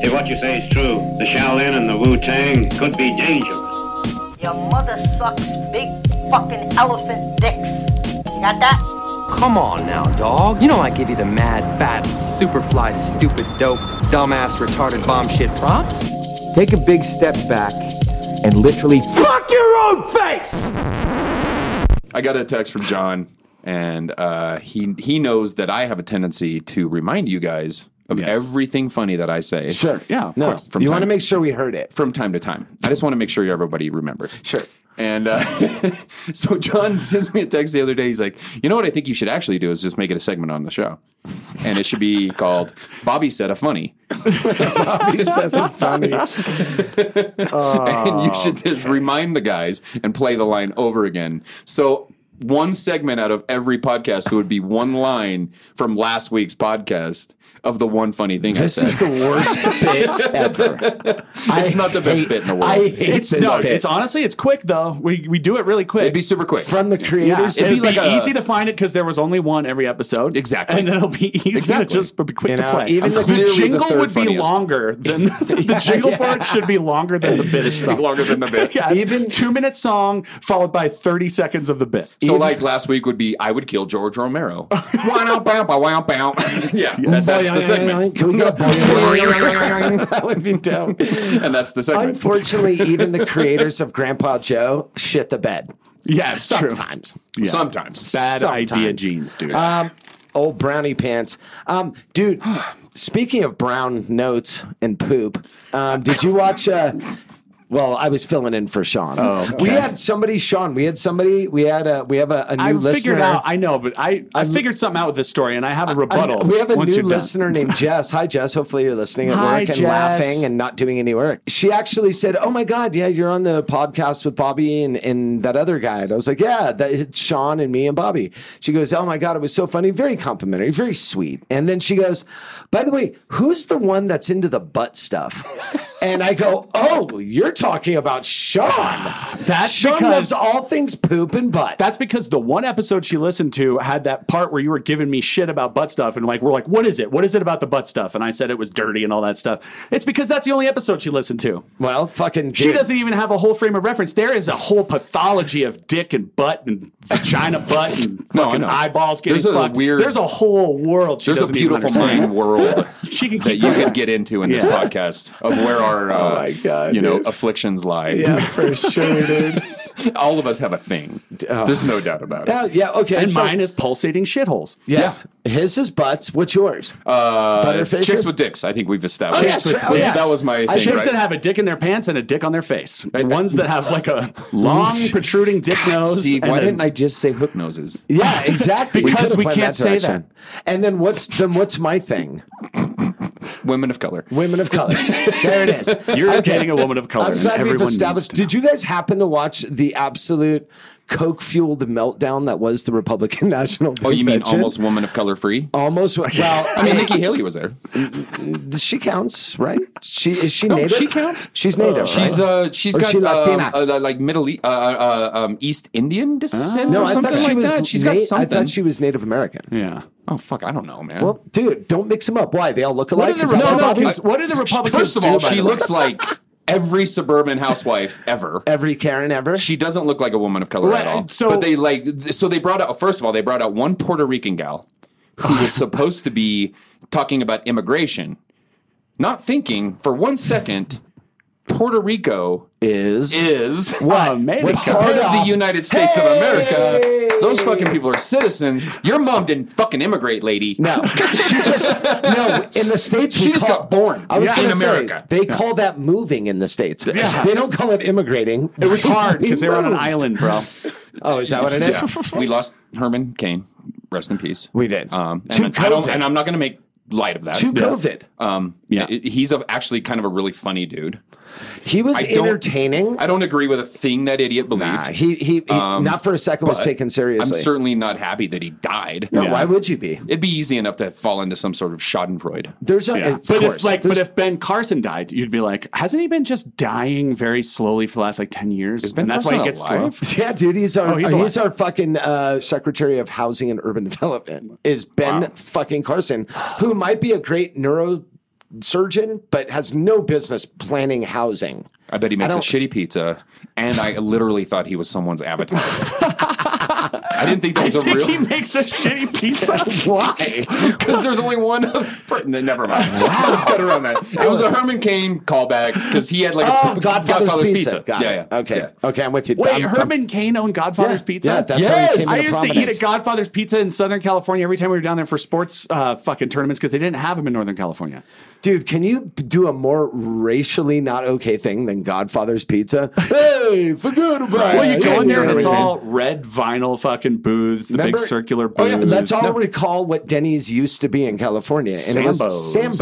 If what you say is true, the Shaolin and the Wu Tang could be dangerous. Your mother sucks big fucking elephant dicks. You got that? Come on now, dog. You know I give you the mad, fat, superfly, stupid, dope, dumbass, retarded, bomb shit props. Take a big step back and literally fuck your own face. I got a text from John, and uh, he he knows that I have a tendency to remind you guys of Yes. everything funny that I say. Sure. Yeah. Of No. course. From you time- want to make sure we heard it. From time to time, I just want to make sure everybody remembers. Sure. And uh, so John sends me a text the other day. He's like, "You know what? I think you should actually do is just make it a segment on the show, and it should be called Bobby said a funny, Bobby said it funny. and you should just remind the guys and play the line over again." So one segment out of every podcast would be one line from last week's podcast of the one funny thing This I said. is the worst bit ever. It's not the best bit in the world. I hate It's this no, bit. it's honestly it's quick though. We we do it really quick. It'd be super quick. From the yeah, creators, it'd, it'd be, be like a- easy to find it because there was only one every episode. Exactly. and then it'll be easy to Exactly. just be quick You to know, play. even I'm clearly the the jingle third would be funniest. longer than the jingle for it should be longer than the bit itself. longer than the bit. Yeah, even Even- two minute song followed by thirty seconds of the bit. So like last week would be I would kill George Romero. Wow, bow, bow, wow, bow. yeah, that's, that's the segment. Can we get a boing? That would be dope. And that's the segment. Unfortunately, even the creators of Grandpa Joe shit the bed. yeah, it's true. sometimes. Yeah. Sometimes. Uh, Bad Sometimes. idea jeans, dude. Um, old brownie pants. Um, dude, speaking of brown notes and poop, um, did you watch? Uh, well, I was filling in for Sean. We had somebody, Sean. We had somebody. We had a. We have a, a new I listener. figured out. I know, but I, I I'm- figured something out with this story, and I have a I- rebuttal. we have a once new you're done. listener named Jess. Hi, Jess. Hopefully, you're listening at Hi, work and Jess. laughing and not doing any work. She actually said, "Oh my God, yeah, you're on the podcast with Bobby and, and that other guy." And I was like, "Yeah, that, it's Sean and me and Bobby." She goes, "Oh my God, it was so funny, very complimentary, very sweet." And then she goes, "By the way, who's the one that's into the butt stuff?" and I go, "Oh, you're talking about Sean. That's Sean because- loves all things poop and butt." That's because the one episode she listened to had that part where you were giving me shit about butt stuff, and like we're like, what is it? What is it about the butt stuff? And I said it was dirty and all that stuff. It's because that's the only episode she listened to. well, fucking. She dude. doesn't even have a whole frame of reference. There is a whole pathology of dick and butt and vagina butt and No, I fucking know. eyeballs getting There's a fucked. weird- There's a whole world. She There's a doesn't even beautiful understand. mind world She can that keep you could get into in this Yeah. podcast of where our uh, Oh my God, you know dude. afflictions lie. Yeah, for sure, dude. All of us have a thing. There's no doubt about Oh, it. yeah, okay. And so- mine is pulsating shitholes. Yes. His is butts. What's yours? Uh, Butterfaces. Chicks with dicks. I think we've established. yeah, tri- oh, yes. That was my thing. I should Chicks that Right? have a dick in their pants and a dick on their face. Ones that have like a long protruding dick nose. See, and why a- didn't I just say hook noses? Yeah, exactly. Because could've we went can't say direction. And then what's then what's my thing? Women of color. Women of color. there it is. You're dating a woman of color. I'm and glad we've everyone established. needs to Did you guys happen to watch the absolute coke fueled meltdown that was the Republican National? Oh, you mean Convention? almost woman of color free? Almost. Well, I mean, Nikki Haley was there. she counts, right? She is she native? she counts. She's native. She's right? uh she's Or got she um, Latina? uh, li- like Middle East, uh, uh, um, East Indian descent no, or I something thought she like was. that. She's got Na- something. I thought she was Native American. know. Yeah. oh fuck, I don't know, man. Well, dude, don't mix them up. Why? They all look alike. did the Is that Republicans- Republicans- what what do the Republicans First of do, all, by she the way? looks like every suburban housewife ever. every Karen ever. She doesn't look like a woman of color Right, at all. so- but they like th- so they brought out first of all they brought out one Puerto Rican gal who was supposed to be talking about immigration, not thinking for one second Puerto Rico is is What? Amazing. What's It's part of the off. United States of America. Those fucking people are citizens. Your mom didn't fucking immigrate, lady. no. She just no. In the states, we She just call- got born I was in gonna say, America. They call that moving in the states. Yeah. They don't call it immigrating. It was hard because they were on an moved. island, bro. Oh, is that what it is? we lost Herman Cain. Rest in peace. We did. Um, To and, I don't, COVID. and I'm not going to make light of that. To COVID. Um, Yeah. yeah. He's a, actually kind of a really funny dude. He was I don't- entertaining. I don't agree with a thing that idiot believed. Um, Nah, he he, he not for a second was but taken I'm seriously. certainly not happy that he died. No, why would you be? It'd be easy enough to fall into some sort of Schadenfreude. There's a, Yeah. of But course, if like, but there's- if Ben Carson died, you'd be like, hasn't he been just dying very slowly for the last like ten years? Ben and that's why he Carson gets alive? slow. yeah, dude, he's our Oh, he's he's, our alive. fucking uh, Secretary of Housing and Urban Development is Ben fucking Carson, who might be a great neurosurgeon, but has no business planning housing. I bet he makes a don't- shitty pizza, and I literally thought he was someone's avatar. I didn't think that was a Think he real makes a shitty pizza. Why? because there's only one. Other per- no, never mind. Let's cut around that. It was a Herman Cain callback because he had like Oh, a Godfather's, pizza. Got Yeah, it. yeah. Okay. yeah. Okay, I'm with you. Wait, I'm- I'm- Herman Cain owned Godfather's Yeah, Pizza. yeah, that's how he yes. came I into used to eat prominence. a Godfather's Pizza in Southern California every time we were down there for sports uh, fucking tournaments because they didn't have them in Northern California. Dude, can you do a more racially not okay thing than Godfather's Pizza? hey, forget about it. well, you go in there and it's Herman Cain. all red vinyl fucking booths, the Remember- big circular Oh, booths. yeah, let's all recall what Denny's used to be in California. And It was Sambo's.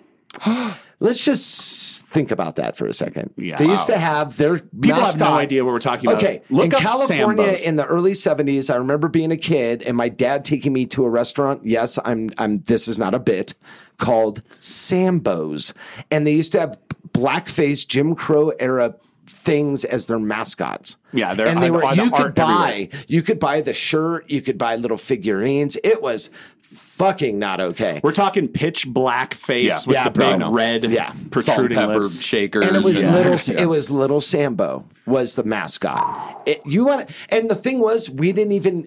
Sambo's. let's just think about that for a second. Yeah. they used Wow. to have their People have no mascot- idea what we're talking about. Okay, Look in up California Sambo's. in the early '70s, I remember being a kid and my dad taking me to a restaurant. Yes, I'm. I'm. This is not a bit. Called Sambo's, and they used to have blackface Jim Crow era things as their mascots. Yeah, they're and they on- were. on the You could art buy. everywhere. You could buy the shirt. You could buy little figurines. It was fucking not okay. We're talking pitch black face Yeah. with Yeah, the bro, I big know. red Yeah. Salt and protruding pepper lips. shakers. and it was yeah. little Yeah. it was little sambo was the mascot it, you want and the thing was we didn't even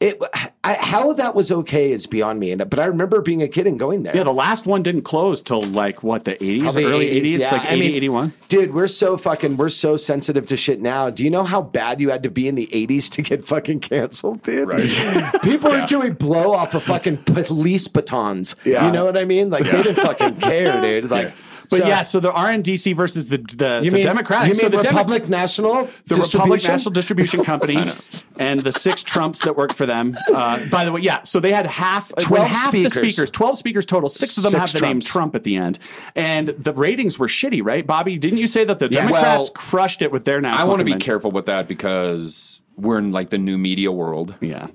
it I, how that was okay is beyond me and but i remember being a kid and going there Yeah, the last one didn't close till like what the eighties, Probably early eighties, yeah. like I 80, mean, 81. Dude, we're so fucking, we're so sensitive to shit now. Do you know how bad you had to be in the 80s to get fucking canceled, dude? People are doing blow off of fucking police batons. Yeah. You know what I mean? Like, they didn't fucking care, dude. Like, But so- yeah, so the RNDC versus the the, you the mean, Democratic. You mean so the Demo- Republic National? the Republic Distribution? National Distribution Company and the six Trumps that work for them. Uh, by the way, yeah, so they had half, when 12 half the speakers. speakers, 12 speakers total. Six of them Six have the name Trumps. Trump at the end. And the ratings were shitty, right? Bobby, didn't you say that the Yeah. Democrats Well, crushed it with their national I want to be convention? careful with that because we're in like the new media world. Yeah.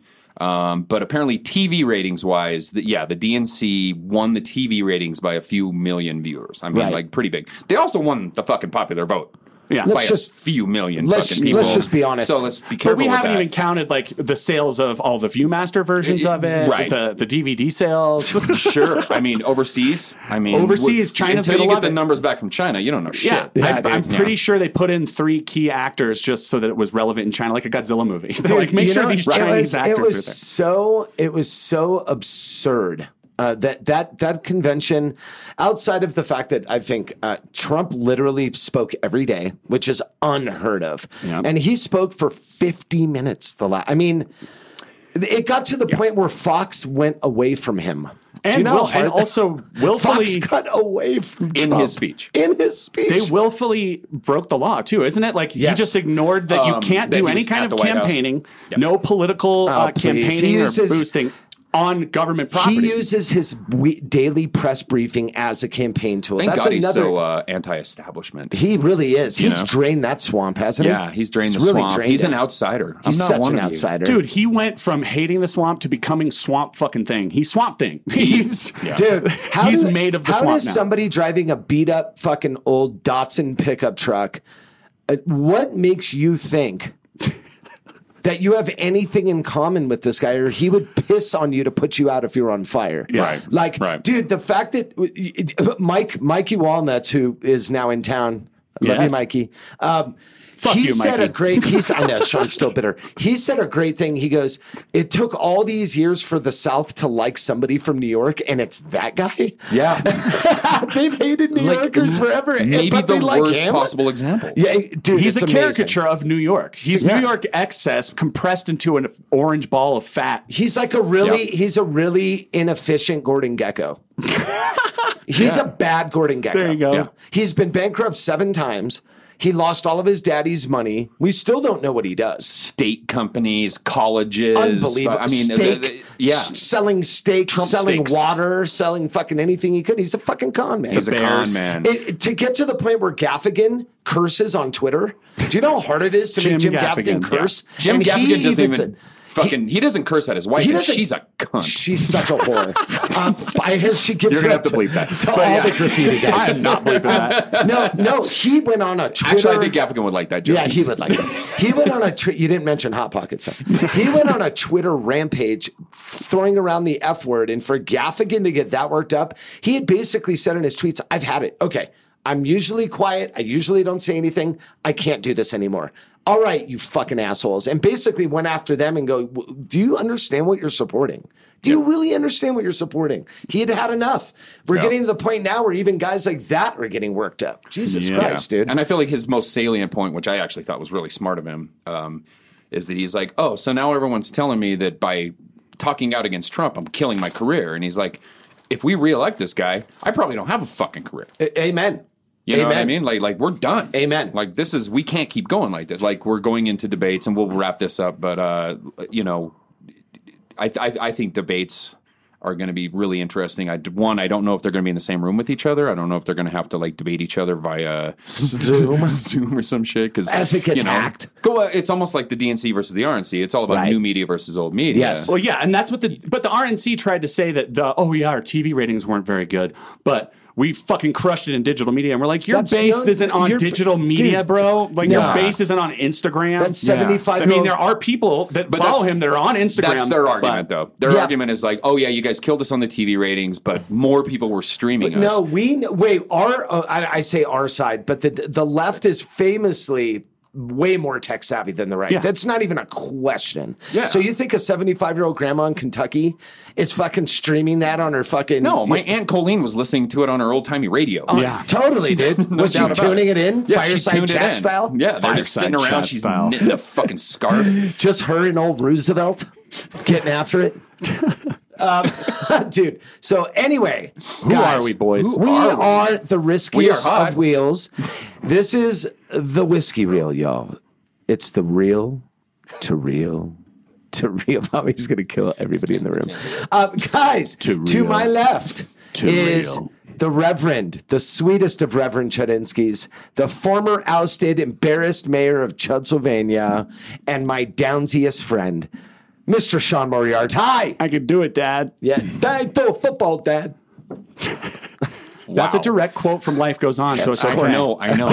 Um, but apparently, TV ratings wise, the, yeah, the DNC won the TV ratings by a few million viewers. I mean, Right. like pretty big. They also won the fucking popular vote. Yeah. by Let's a just- few million let's- fucking people. let's just be honest. So let's be careful. But we with haven't that. even counted like the sales of all the ViewMaster versions of it, Right. the, the DVD sales. sure. I mean, overseas. I mean, Overseas, wh- China's until gonna you get love the it. numbers back from China. You don't know shit. Yeah, Yeah, I, I'm dude. pretty Yeah. sure they put in three key actors just so that it was relevant in China, like a Godzilla movie. They're like, make You sure know, these it Chinese was- actors It are was there. so it was so absurd. Uh, that that that convention, outside of the fact that I think uh, Trump literally spoke every day, which is unheard of, Yeah. and he spoke for fifty minutes. The last, I mean, it got to the point where Fox went away from him, Do And, you know how will- hard and that- also willfully Fox got away from In Trump. his speech. In his speech, they willfully broke the law too, isn't it? Like Yes. he just ignored that Um, you can't that do he any was at kind the of White House. campaigning, Yep. no political uh, Oh, please. He campaigning or uses- boosting on government property. He uses his we- daily press briefing as a campaign tool. Thank That's God another. he's so uh, anti-establishment. he really is. He's know? drained that swamp, hasn't he? yeah, he's drained the swamp. he's it. an outsider. He's I'm not such an one of you. outsider, Dude, he went from hating the swamp to becoming swamp fucking thing. He's swamp thing. He's Dude, how he's do- made of the how swamp does now. somebody driving a beat up fucking old Datsun pickup truck? uh, what makes you think that you have anything in common with this guy, or he would piss on you to put you out if you're on fire? Yeah. Right. Like, Right. dude, the fact that uh, Mike Mikey Walnuts, who is now in town, I love Yes. you, Mikey. Um, Fuck he you, said a Mikey. great piece. I know Sean's still bitter. He said a great thing. He goes, "It took all these years for the South to like somebody from New York, and it's that guy." Yeah, They've hated New Like, Yorkers forever. eh, and- maybe but the they like worst him? possible example. Yeah, dude, He's it's a amazing. caricature of New York. He's Yeah. New York excess compressed into an orange ball of fat. He's like a really, Yeah. he's a really inefficient Gordon Gecko. he's a bad Gordon Gecko. There you go. He's been bankrupt seven times. He lost all of his daddy's money. We still don't know what he does. State companies, colleges. Unbelievable. I mean, the- steak, the- yeah. s- selling steak, Trump selling steaks. water, selling fucking anything he could. He's a fucking con man. He's a con Bears. man. It, to get to the point where Gaffigan curses on Twitter, do you know how hard it is to make Jim Jim Gaffigan, Gaffigan, curse? Jim And he Gaffigan doesn't even, said- fucking. He, doesn't curse at his wife. He and doesn't- she's a cunt. She's such a whore. um, I hear she gives You're gonna it have up to bleep that. To all the graffiti guys. I'm not bleeping that. No, no. He went on a Twitter. Actually, I think Gaffigan would like that joke. Yeah, he would like that. He went on a tw- you didn't mention hot pockets. huh? He went on a Twitter rampage, throwing around the f word, and for Gaffigan to get that worked up, he had basically said in his tweets, "I've had it. Okay, I'm usually quiet. I usually don't say anything. I can't do this anymore." All right, you fucking assholes. And basically went after them and go, "W- Do you understand what you're supporting? Do you really understand what you're supporting? He had had enough. We're Yeah. getting to the point now where even guys like that are getting worked up. Jesus Christ, dude. And I feel like his most salient point, which I actually thought was really smart of him, um, is that he's like, oh, so now everyone's telling me that by talking out against Trump, I'm killing my career. And he's like, if we reelect this guy, I probably don't have a fucking career. A- Amen. You know Amen. what I mean? Like, like we're done. Amen. Like this is we can't keep going like this. Like we're going into debates, and we'll wrap this up. But uh, you know, I I, I think debates are going to be really interesting. I one, I don't know if they're going to be in the same room with each other. I don't know if they're going to have to like debate each other via Zoom. Zoom or some shit. Because As it gets hacked. go. uh, It's almost like the DNC versus the RNC. It's all about Right. new media versus old media. Yes. Well, yeah, and that's what the but the RNC tried to say that the oh yeah, our TV ratings weren't very good, but we fucking crushed it in digital media, and we're like, your That's base no- isn't on your- digital media, dude, bro. Like your nah. base isn't on Instagram. That's Yeah. 75 I mean, -year-old- there are people that follow that's- him that are on Instagram. That's their but- argument, though. Their Yeah. argument is like, oh yeah, you guys killed us on the TV ratings, but more people were streaming us. No, Uh, we kn- wait. Our uh, I, I say our side, but the the left is famously way more tech savvy than the right. Yeah. That's not even a question. Yeah. So you think a seventy five year old grandma in Kentucky is fucking streaming that on her fucking No, my aunt Colleen was listening to it on her old timey radio. Yeah. Totally, dude. Oh, Was she doubt about tuning it. it in? Yeah, she Fireside tuned it chat in. style? Yeah, they're just Fireside sitting around. chat She's style. knitting a fucking scarf. just her and old Roosevelt getting after it. um, dude. So anyway, who are we, boys? We Who are, are the riskiest hot. of wheels. This is the whiskey reel, y'all. It's the real to real to real. Bobby's gonna kill everybody in the room, uh, guys. To, real. my left To is. real. The Reverend, the sweetest of Reverend Chudinskys, the former ousted, embarrassed mayor of Chudsylvania, and my downsiest friend, Mr. Sean Moriarty. Hi. I could do it, Dad. Yeah. Dad, throw a football, Dad. That's a direct quote from Life Goes On, so it's okay. I know, I know,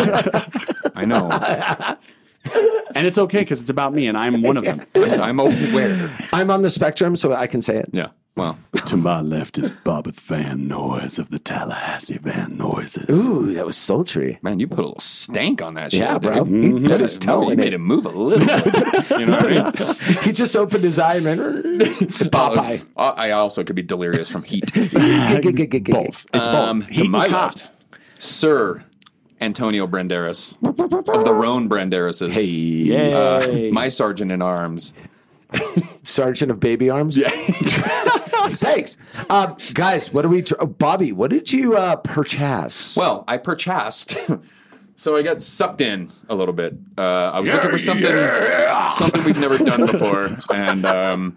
I know. And it's okay because it's about me, and I'm one of them. That's- I'm aware. I'm on the spectrum, so I can say it. Yeah. Well, To my left is Bobbeth Van Noise of the Tallahassee Van Noises. Ooh, that was sultry. man, you put a little stank on that shit. Yeah, bro. dude. He You put his made it- toe you in made it. it move a little. bit. you know what I mean? He just opened his eye and went, Popeye. Uh, I also could be delirious from heat. Both. It's Um, both. to Heat my and cops. left, Sir Antonio Banderas of the Roan Banderases. Hey, uh, Yay. my sergeant in arms. Sergeant of Baby Arms. Yeah. Thanks. Um, guys, what are we, tr- oh, Bobby, what did you uh, purchase? Well, I purchased. So I got sucked in a little bit. Uh, I was looking for something, something we've never done before, and um,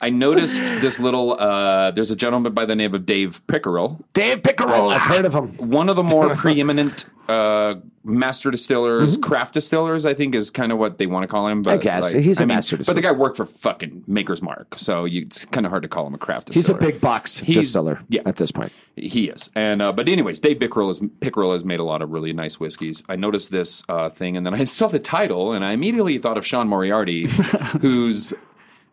I noticed this little. Uh, there's a gentleman by the name of Dave Pickerel, Dave Pickerel. I've heard of him. one of the more preeminent uh, master distillers, craft distillers. I think is kind of what they want to call him. But Mm-hmm. I guess. He's a master But the guy worked for fucking Maker's Mark, so you, it's kind of hard to call him a craft. He's a distiller. big box He's- distiller yeah. at this point. He is, and uh, but anyways, Dave Pickerel has Pickerel has made a lot of really nice whiskeys. I noticed this uh, thing, and then I saw the title, and I immediately thought of Sean Moriarty, whose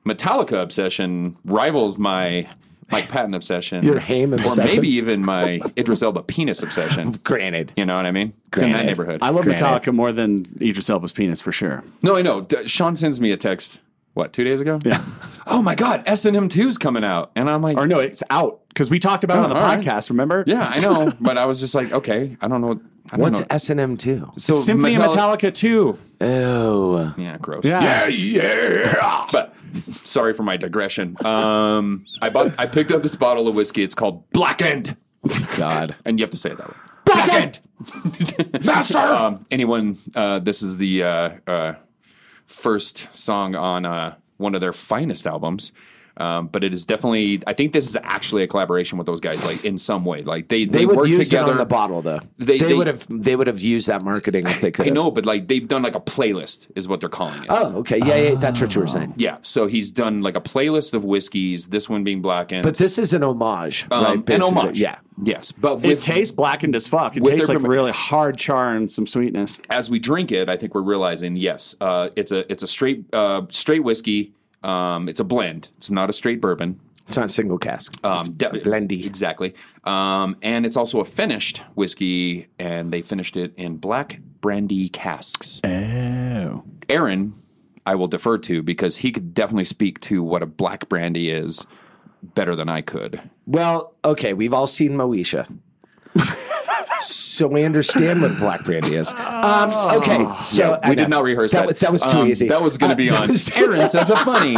Metallica obsession rivals my Mike Patton obsession, Your Haim or obsession? maybe even my Idris Elba penis obsession. Granted. You know what I mean? It's in that Granted. neighborhood. I love Granted. Metallica more than Idris Elba's penis for sure. no, I know. D- Sean sends me a text. What two days ago? Yeah. oh my God, S and M 2's coming out, and I'm like, Or no, it's out because we talked about it on the Oh, all right. podcast. Remember? yeah, I know, but I was just like, okay, I don't know. I don't What's know. S and M two? so Symphony Metallica- of Metallica too. Oh, Yeah, gross. Yeah. yeah. But sorry for my digression. Um, I bought, I picked up this bottle of whiskey. It's called Blackened, God. and you have to say it that way. second, master. Um, anyone? Uh, this is the uh, uh, first song on uh, one of their finest albums. Um, but it is definitely. I think this is actually a collaboration with those guys, like in some way. Like they they, They, would work use together it on the bottle though. They- They, they- would have they would have used that marketing if they could. I have. know, but like they've done like a playlist, is what they're calling it. Oh, okay. Yeah, yeah, that's what you were saying. Yeah, so he's done like a playlist of whiskeys. This one being blackened, But this is an homage, um, right? an Basically. homage. Yeah. yes, but It with tastes blackened as fuck. It with tastes their like perfect- really hard char and some sweetness. as we drink it, I think we're realizing yes, uh, it's a it's a straight uh, straight whiskey. Um, it's a blend. It's not a straight bourbon. It's not single cask. Um, de- blendy. exactly. Um, and it's also a finished whiskey, and they finished it in black brandy casks. Oh. Aaron, I will defer to because he could definitely speak to what a black brandy is better than I could. Well, okay, we've all seen Moesha. so we understand what black brandy is. Um, okay, so Yeah, we I did know. not rehearse that. That, wa- that was too Um, easy. That was going to be Uh, on. Aaron says a funny.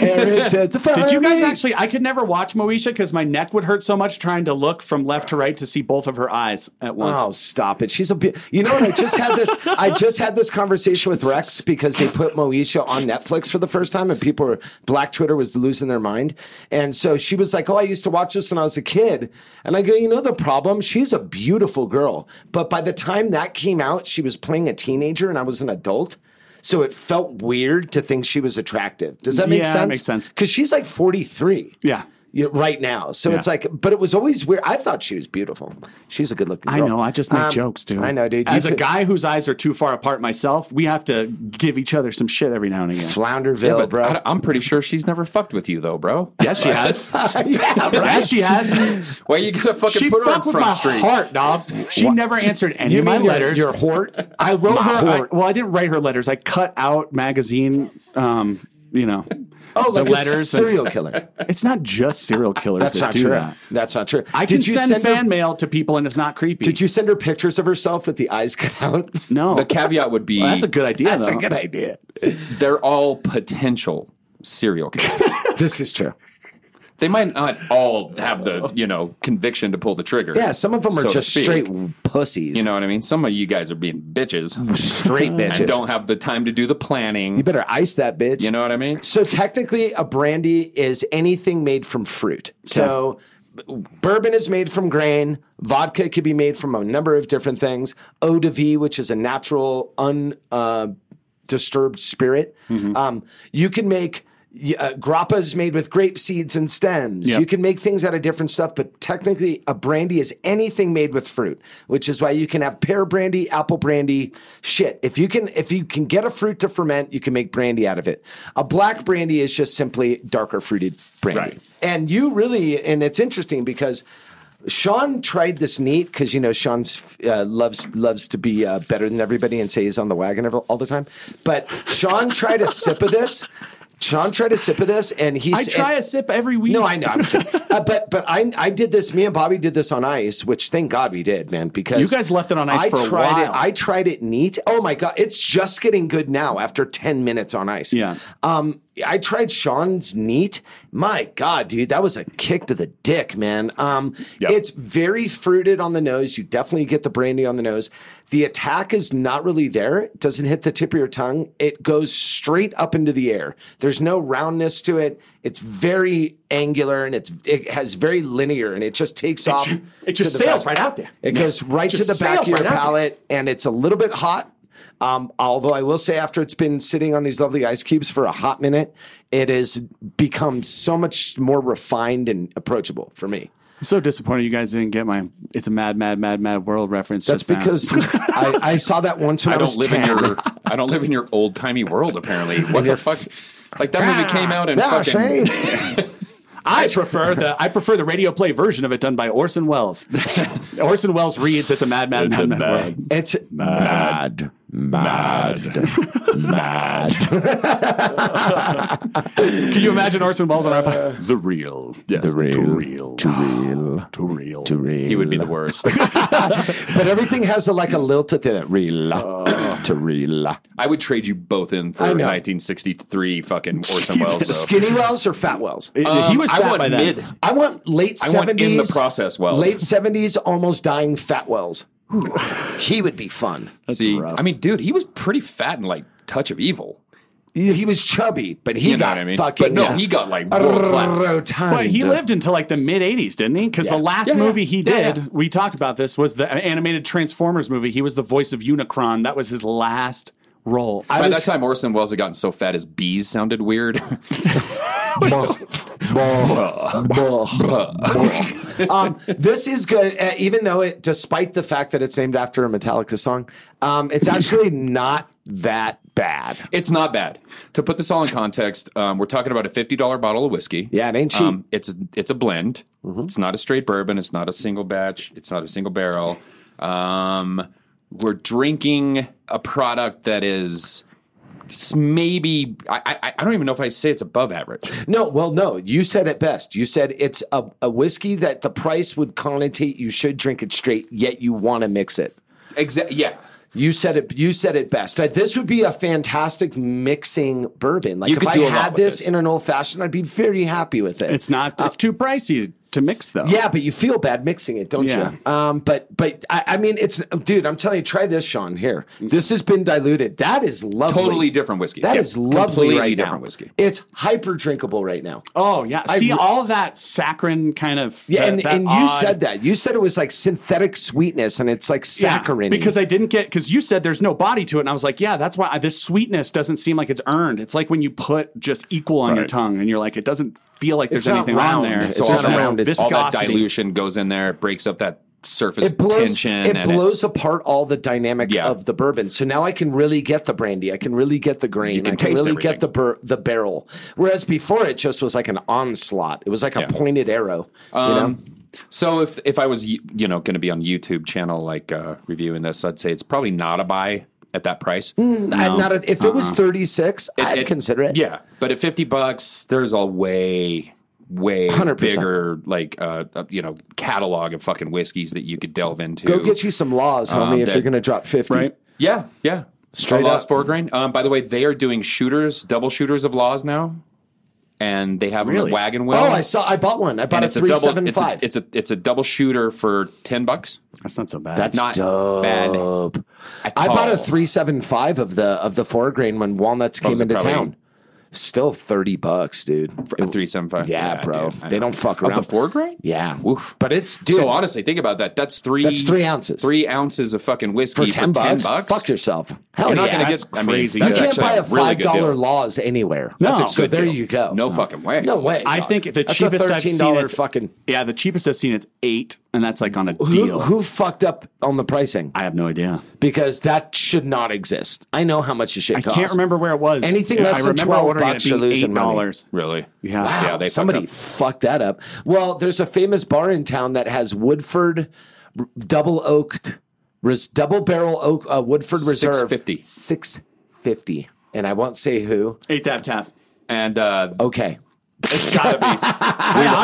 Aaron says it's a Did you guys funny. actually? I could never watch Moesha because my neck would hurt so much trying to look from left to right to see both of her eyes at once. Oh, stop it! She's a. Be- you know what? I just had this. I just had this conversation with Rex because they put Moesha on Netflix for the first time, and people were Black Twitter was losing their mind, and so she was like, "Oh, I used to watch this when I was a kid," and I go, "You know the problem? She's a beautiful girl, but by the time that came out, she was playing a teenager, and I was an adult." So it felt weird to think she was attractive. Does that Yeah, make that sense? makes sense. Because she's like 43. Yeah. Yeah, right now. So Yeah. it's like, but it was always weird. I thought she was beautiful. She's a good looking I girl. know. I just make Um, jokes, dude. I know, dude. You As a could- guy whose eyes are too far apart myself, we have to give each other some shit every now and again. Flounderville, but bro. I, am pretty sure she's never fucked with you though, bro. Yes, she has. yeah, yes, she has. Why you gotta fucking she put her on fucked with my front street? heart, dog. She never answered any of my mean your- letters. your whore? I wrote My her. I- whore. well, I didn't write her letters. I cut out magazine. Um, you know. oh, like letters a and- serial killer. It's not just serial killers That's that not do true. that. That's not true. I did can you send, send fan her? mail to people and it's not creepy. Did you send her pictures of herself with the eyes cut out? No. The caveat would be Well, that's a good idea. Oh. That's though. a good idea. they're all potential serial killers. This is true. they might not all have the you know conviction to pull the trigger. Yeah, some of them are so to just speak. straight pussies. You know what I mean? Some of you guys are being bitches straight and bitches. don't have the time to do the planning. you better ice that bitch. You know what I mean? So technically, a brandy is anything made from fruit. So b- bourbon is made from grain. Vodka could be made from a number of different things. Eau de vie, which is a natural, un uh, disturbed spirit. Um, you can make. y- Uh, grappa is made with grape seeds and stems. Yep. You can make things out of different stuff, but technically, a brandy is anything made with fruit, which is why you can have pear brandy, apple brandy, shit. If you can, if you can get a fruit to ferment, you can make brandy out of it. A black brandy is just simply darker fruited brandy. Right. And you really, and it's interesting because Sean tried this neat because you know Sean's uh, loves loves to be uh, better than everybody and say he's on the wagon every, all the time. But Sean tried a sip of this. Sean tried a sip of this, and he. I s- try and- a sip every week. no, I know. I'm kidding. Uh, but but I I did this. Me and Bobby did this on ice, which thank God we did, man. Because You guys left it on ice I for a tried It, while. I tried it neat. Oh my God, it's just getting good now after ten minutes on ice. Yeah. Um, I tried Sean's neat. My God, dude, that was a kick to the dick, man. Um, it's very fruited on the nose. You definitely get the brandy on the nose. The attack is not really there. It doesn't hit the tip of your tongue. It goes straight up into the air. There's no roundness to it. It's very angular and it's it has very linear and it just takes off. it just to the sails back. right out there. It goes right Just to the back sails of your right out there. palate and it's a little bit hot. Um, although I will say, after it's been sitting on these lovely ice cubes for a hot minute, it has become so much more refined and approachable for me. I'm so disappointed you guys didn't get my "It's a Mad, Mad, Mad, Mad World" reference. That's just now. because I, I saw that once when I I, don't was live 10. in your I don't live in your old timey world apparently. What the fuck? Like that movie came out in Yeah, fucking Ah, shame. I prefer the I prefer the radio play version of it done by Orson Welles. Orson Welles reads "It's a Mad, Mad, It's Mad, a Mad mad- World." It's mad, mad, mad. Can you imagine Orson Welles on our podcast? The real. Yes. The real. To real. To real. To real. To real. he would be the worst. But everything has a, like a lilt at the end. Real, Oh. to real. I would trade you both in for I know. 1963 fucking Orson Welles. though. Skinny wells or fat wells? he was Um, I fat want by then. mid. I want late I want in the seventies process wells. Late seventies, almost dying fat wells. He would be fun. See, rough. I mean, dude, he was pretty fat and like Touch of Evil. He he was chubby, but he You know got what I mean? But fucking. no, he got, like, world class. rotund. But he lived until like the mid 80s, didn't he? Because Yeah. the last Yeah, yeah. movie he Yeah, did, yeah. we talked about this, was the animated Transformers movie. He was the voice of Unicron. That was his last role. I By was, that time, Orson Welles had gotten so fat his bees sounded weird. um, this is good, uh, even though it, despite the fact that it's named after a Metallica song, um, it's actually not that bad. it's not bad. To put this all in context, um, we're talking about a fifty dollar bottle of whiskey. Um, Yeah, it ain't cheap. Mm-hmm. it's it's a blend. It's not a straight bourbon. It's not a single batch. It's not a single barrel. Um, we're drinking a product that is s- maybe I, I I don't even know if I say it's above average. No, well, no, you said it best. You said it's a, a whiskey that the price would connotate you should drink it straight, yet you want to mix it. Exactly. Yeah. You said it. You said it best. Uh, This would be a fantastic mixing bourbon. Like You if could I do a lot had with this, this. in an old fashioned, I'd be very happy with it. it's not, it's too pricey to mix though. Yeah, but you feel bad mixing it, don't Yeah. you? Um, but but I, I mean, it's dude. I'm telling you, try this, Sean. Here, this has been diluted. That is lovely. Totally different whiskey. That Yeah. is lovely Completely right different now. whiskey. It's hyper drinkable right now. Oh, yeah. I See, re- all that saccharine kind of. Yeah, that- and, that and you odd- said that. You said it was like synthetic sweetness, and it's like Yeah, saccharin. because I didn't get because you said there's no body to it, and I was like, yeah, that's why I, this sweetness doesn't seem like it's earned. It's like when you put just equal on your Right. tongue, and you're like, it doesn't feel like there's It's not anything round. on there. It's So not all that round. It's all that viscosity- dilution goes in there, breaks up that surface it blows, tension. it and blows apart all the dynamic Yeah. of the bourbon. So now I can really get the brandy. I can really get the grain. You can I can taste really everything. get the bur- the barrel. Whereas before, it just was like an onslaught. It was like a Yeah. Um, pointed arrow. you know? So if if I was you know going to be on YouTube channel like uh, reviewing this, I'd say it's probably not a buy at that price. I'm not a, if it was 36, Mm, I'd Uh-uh. it- consider it. Yeah, but at fifty bucks, there's a way way 100%. bigger like uh, uh, you know catalog of fucking whiskeys that you could delve into. Go get you some laws, homie, if Um, that- you're going to drop Oh, 50. Right. Yeah, yeah. Straight Straight Laws up. four grain. Um, by the way, they are doing shooters, double shooters of Laws now, and they have them Really? at Wagon Wheel. Oh, I saw. I bought one. I bought And a it's a double. 375. It's a, it's a it's a double shooter for ten bucks. That's not so bad. That's not dope. bad at I bought a all. 375 of the of the four grain when walnuts came was it into probably- town. Still 30 bucks, dude. A three seven five. oh, Yeah, bro. They don't fuck around. Of the four grain. Yeah. Oof. But it's dude. so honestly, think about that. That's three. That's three ounces. Three ounces of fucking whiskey for 10 bucks, fuck yourself. Hell You're not yeah. gonna that's get I mean, crazy. that's you can't actually buy a really five good deal. dollar laws anywhere. No. That's a so Good there deal. you go. No fucking way. No way. I dog. think the That's cheapest a I've seen $13 it's- fucking Yeah, the cheapest I've seen it's eight, and that's like on a who, deal. who fucked up on the pricing I have no idea. because that should not exist. I know how much this shit I costs. can't remember where it was. Anything Yeah, less I than remember 12 ordering it bucks, being you're losing money. $8. Really? Yeah. Wow, Yeah, they fucked somebody up. fucked that up. Well, there's a famous bar in town that has Woodford r- double oaked, res, double barrel oak uh, Woodford Reserve 650. six fifty, and I won't say who. Eight half half. And uh, Okay, It's gotta be. yeah,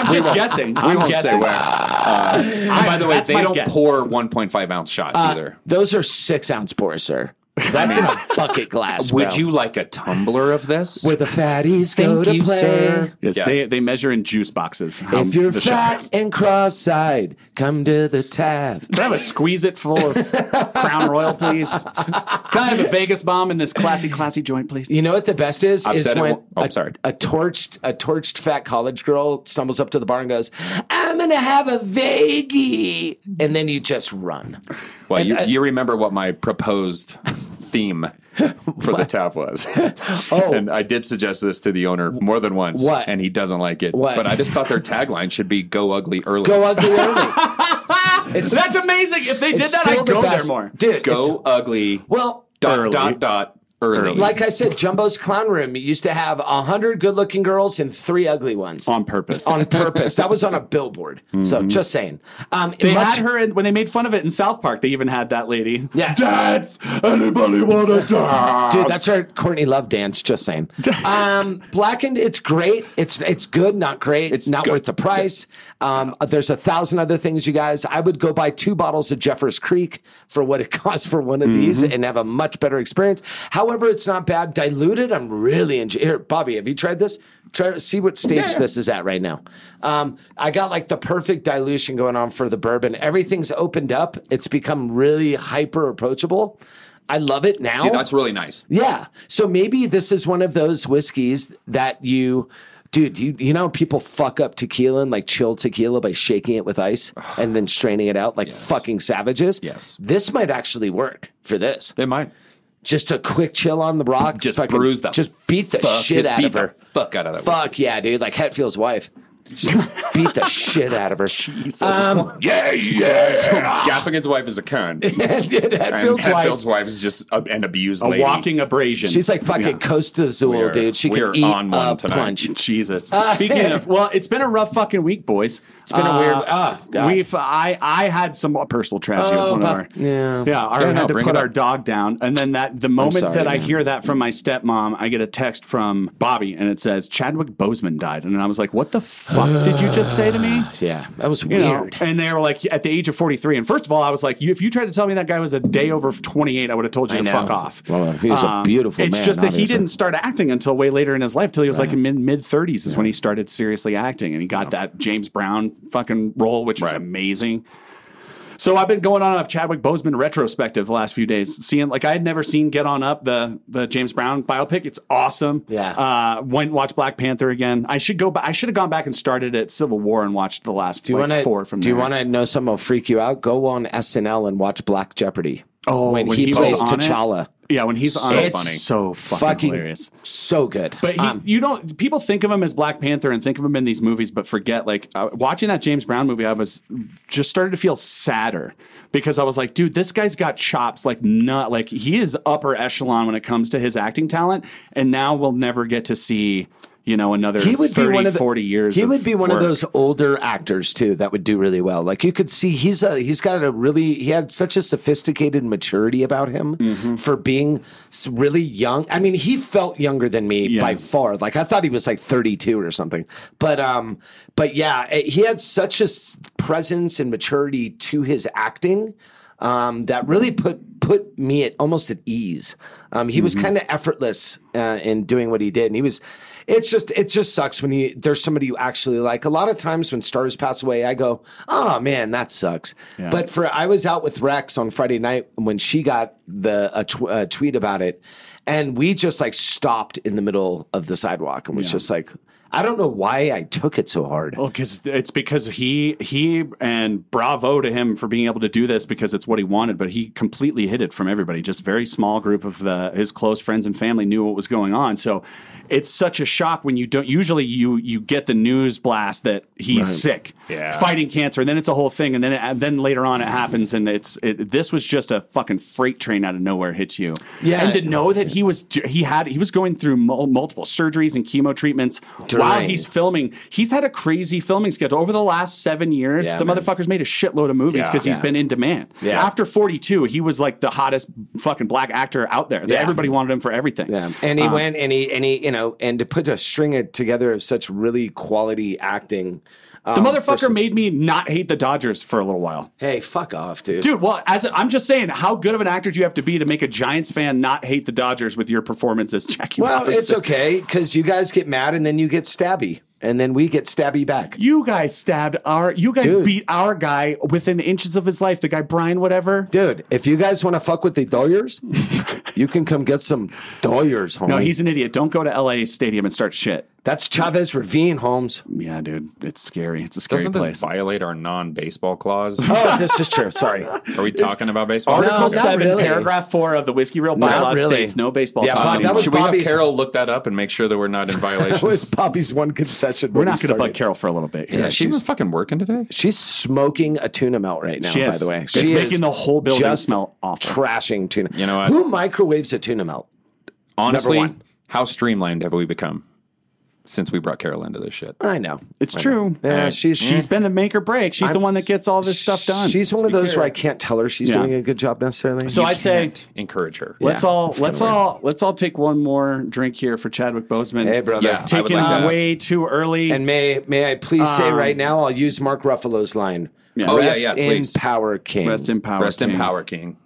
I'm just guessing. we I'm won't say guessing. where. Uh, and by the way, that's they my don't guess. pour 1.5 ounce shots Uh, either. those are six ounce pours, sir. That's in a bucket glass. Would bro. you like a tumbler of this? Where the fatties go Thank to you, play. sir. Yes, Yeah. they, they measure in juice boxes. how um, If you're the fat shot- and cross-eyed, come to the tab. Can I have a squeeze it full of Crown Royal, please? Can I have a Vegas bomb in this classy, classy joint, please? You know what the best is? I've is said it when one- oh, a, sorry. a torched a torched fat college girl stumbles up to the bar and goes, "I'm gonna have a veggie," and then you just run. Well, you, you remember what my proposed theme for the TAF was. Oh. uh, And I did suggest this to the owner more than once. What? And he doesn't like it. What? But I just thought their tagline should be go ugly early. Go ugly early. it's That's amazing. If they did it's that, still I'd the go there best. more. dude. it's- Go ugly. well. dot, early. dot, dot, early. Like I said, Jumbo's Clown Room used to have hundred good-looking girls and three ugly ones On purpose. Mm-hmm. on purpose. that was on a billboard. So just saying, um, They much- had her in, when they made fun of it in South Park. They even had that lady. Yeah. Dance. Anybody wanna dance? Um, Dude, that's our Courtney Love dance. Just saying. Um, Blackened, it's great. It's it's good, not great. It's not good. worth the price. Um, there's a thousand other things, you guys. I would go Mm-hmm. buy two bottles of Jeffers Creek for what it costs for one of these and have a much better experience. However, it's not bad. Diluted, I'm really enjoying. Here, Bobby, have you tried this? Try see what stage this is at right now. Um, I got like the perfect dilution going on for the bourbon. Everything's opened up. It's become really hyper approachable. I love it now. See, that's really nice. Yeah. So maybe this is one of those whiskeys that you, dude, you, you know, how people fuck up tequila and like chill tequila by shaking it with ice and then straining it out like fucking savages. Yes. This might actually work for this. They might Just a quick chill on the rock. just fucking- bruise the Just beat the fuck- shit just out beat of her. The fuck out of that. Fuck yeah, dude. Like Hetfield's wife. beat the shit out of her. Jesus. Um, Yeah, yeah. So Gaffigan's wife is a cunt. and dude, Hetfield's wife. Hetfield's wife is just a, an abused A lady. walking abrasion. She's like fucking Costa Azul, We're- dude. She we're can eat on one a tonight. punch. Jesus. Uh, Speaking of, well, it's been a rough fucking week, boys. Uh, It's been a weird- Uh, oh, God. We've I I had some personal Uh. tragedy with one of our yeah. yeah. I Yeah, no, had to bring put it our up. dog down, and then that the moment sorry, that I man. hear that from my stepmom, I get a text from Bobby, and it says Chadwick Boseman died, and I was like, what the fuck did you just say to me? Yeah, that was You know, weird. and they were like at the age of 43. And first of all, I was like, you, if you tried to tell me that guy was a day over 28, I would have told you I to know. fuck off. Um, Well, he was a beautiful It's man, just that he obviously. didn't start acting until way later in his life, till he was like in mid mid 30s is when he started seriously acting. And he got that James Brown fucking role, which was Right. amazing. So I've been going on a Chadwick Boseman retrospective the last few days, seeing like I had never seen Get On Up, the the James Brown biopic. It's awesome. Yeah. Uh, went and watched Black Panther again. I should go. ba- I should have gone back and started at Civil War and watched the last Do you like want to? four from Do you there. want to know something will freak you out? Go on SNL and watch Black Jeopardy. Oh, when, when he, he was plays on it? T'Challa, Yeah, when he's on, It's funny, so fucking, fucking hilarious. so good. But he, Um, you don't. People think of him as Black Panther and think of him in these movies, but forget like uh, watching that James Brown movie. I was just started to feel sadder because I was like, dude, this guy's got chops. Like, not like he is upper echelon when it comes to his acting talent, and now we'll never get to see. You know, another he would 30, be one of the, 40 years. He of would be one work. of those older actors too that would do really well. Like you could see, he's a he's got a really he had such a sophisticated maturity about him Mm-hmm. for being s- really young. I mean, he felt younger than me Yeah. by far. Like I thought he was like thirty two or something. But um, but yeah, eh, he had such a s- presence and maturity to his acting. Um, that really put put me at almost at ease. Um, he was kind of effortless uh, in doing what he did, and he was. It's just it just sucks when you there's somebody you actually like. A lot of times when stars pass away, I go, "Oh man, that sucks." But for I was out with Rex on Friday night when she got the a, tw- a tweet about it, and we just like stopped in the middle of the sidewalk and was just like, "I don't know why I took it so hard." Well, because it's because he he and bravo to him for being able to do this because it's what he wanted. But he completely hid it from everybody. Just very small group of the his close friends and family knew what was going on. So it's such a shock when you don't. Usually you you get the news blast that he's sick, Yeah. fighting cancer, and then it's a whole thing, and then it, and then later on it happens, and it's it, this was just a fucking freight train out of nowhere hits you. Yeah. and to know that he was he had he was going through mul- multiple surgeries and chemo treatments while During. he's filming. He's had a crazy filming schedule over the last seven years. Yeah, the man. motherfucker's made a shitload of movies Yeah. because he's Yeah. been in demand. Yeah. After 42, he was like the hottest fucking black actor out there. That Yeah. Everybody wanted him for everything. Yeah, and he Um, went and he and he you know and to put a string it together of such really quality acting. Um, The motherfucker made me not hate the Dodgers for a little while. Hey, fuck off, dude. Dude, well, as i I'm just saying, how good of an actor do you have to be to make a Giants fan not hate the Dodgers with your performance as Jackie well, Robinson? it's okay because you guys get mad and then you get stabby and then we get stabby back. You guys stabbed our, you guys Dude. beat our guy within inches of his life. The guy Brian, whatever. Dude, if you guys want to fuck with the Doyers, you can come get some Doyers, homie. No, he's an idiot. Don't go to LA Stadium and start shit. That's Chavez Ravine, Holmes. Yeah, dude, it's scary. It's a scary Doesn't this place. violate our non-baseball clause? Oh, this is true. Sorry. Are we talking about baseball? Article No, not seven, really. paragraph four of the Whiskey Reel Not bylaw really. states no baseball Yeah, talk. but that was Should we have Bobby's- Carol look that up and make sure that we're not in That violation? was Poppy's one concession. We're when not we going to bug started. Carol for a little bit. here. yeah, she was fucking working today. She's smoking a tuna melt right now, She by is. the way. It's making the whole building just smell awful. Trashing tuna. You know what? Who microwaves a tuna melt? Honestly, one. how streamlined have we become since we brought Carol into this shit? I know. It's true. Yeah, Uh, she's- she's been the make or break. She's the one that gets all this stuff done. She's one of those where I can't tell her she's Yeah. doing a good job necessarily. so I say. Encourage her. Let's Yeah, all let's all let's all take one more drink here for Chadwick Boseman. Hey, brother. Yeah, I would taken like that. way too early. And may may I please say right now, I'll use Mark Ruffalo's Um, line. Yeah. Oh, yeah, Rest yeah, in please. power, king. rest in power. Rest in King. power, King.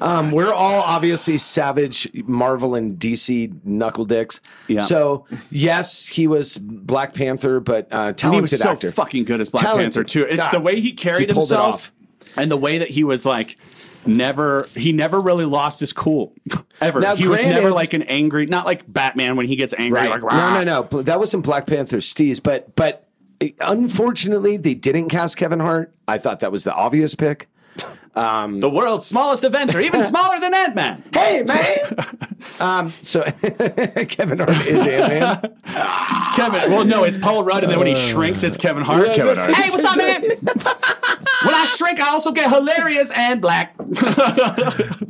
Um, we're all obviously savage Marvel and DC knuckle dicks. Yeah. So yes, he was Black Panther, but uh, talented And he was so actor. fucking good as Black Talented. Panther too. It's God. the way he carried He pulled it himself off. and the way that he was like never he never really lost his cool ever. Now, he was granted- never like an angry not like Batman when he gets angry like "Rah!" No, no, no. That wasn't Black Panther Steez, but but eh, unfortunately they didn't cast Kevin Hart. I thought that was the obvious pick. The world's smallest Avenger, even smaller than Ant-Man. Hey man. um so Kevin Hart is Ant-Man. Kevin, well no, it's Paul Rudd and then when Uh, he shrinks it's Kevin Hart. Kevin Hart. Hey, what's up man? when I shrink I also get hilarious and black.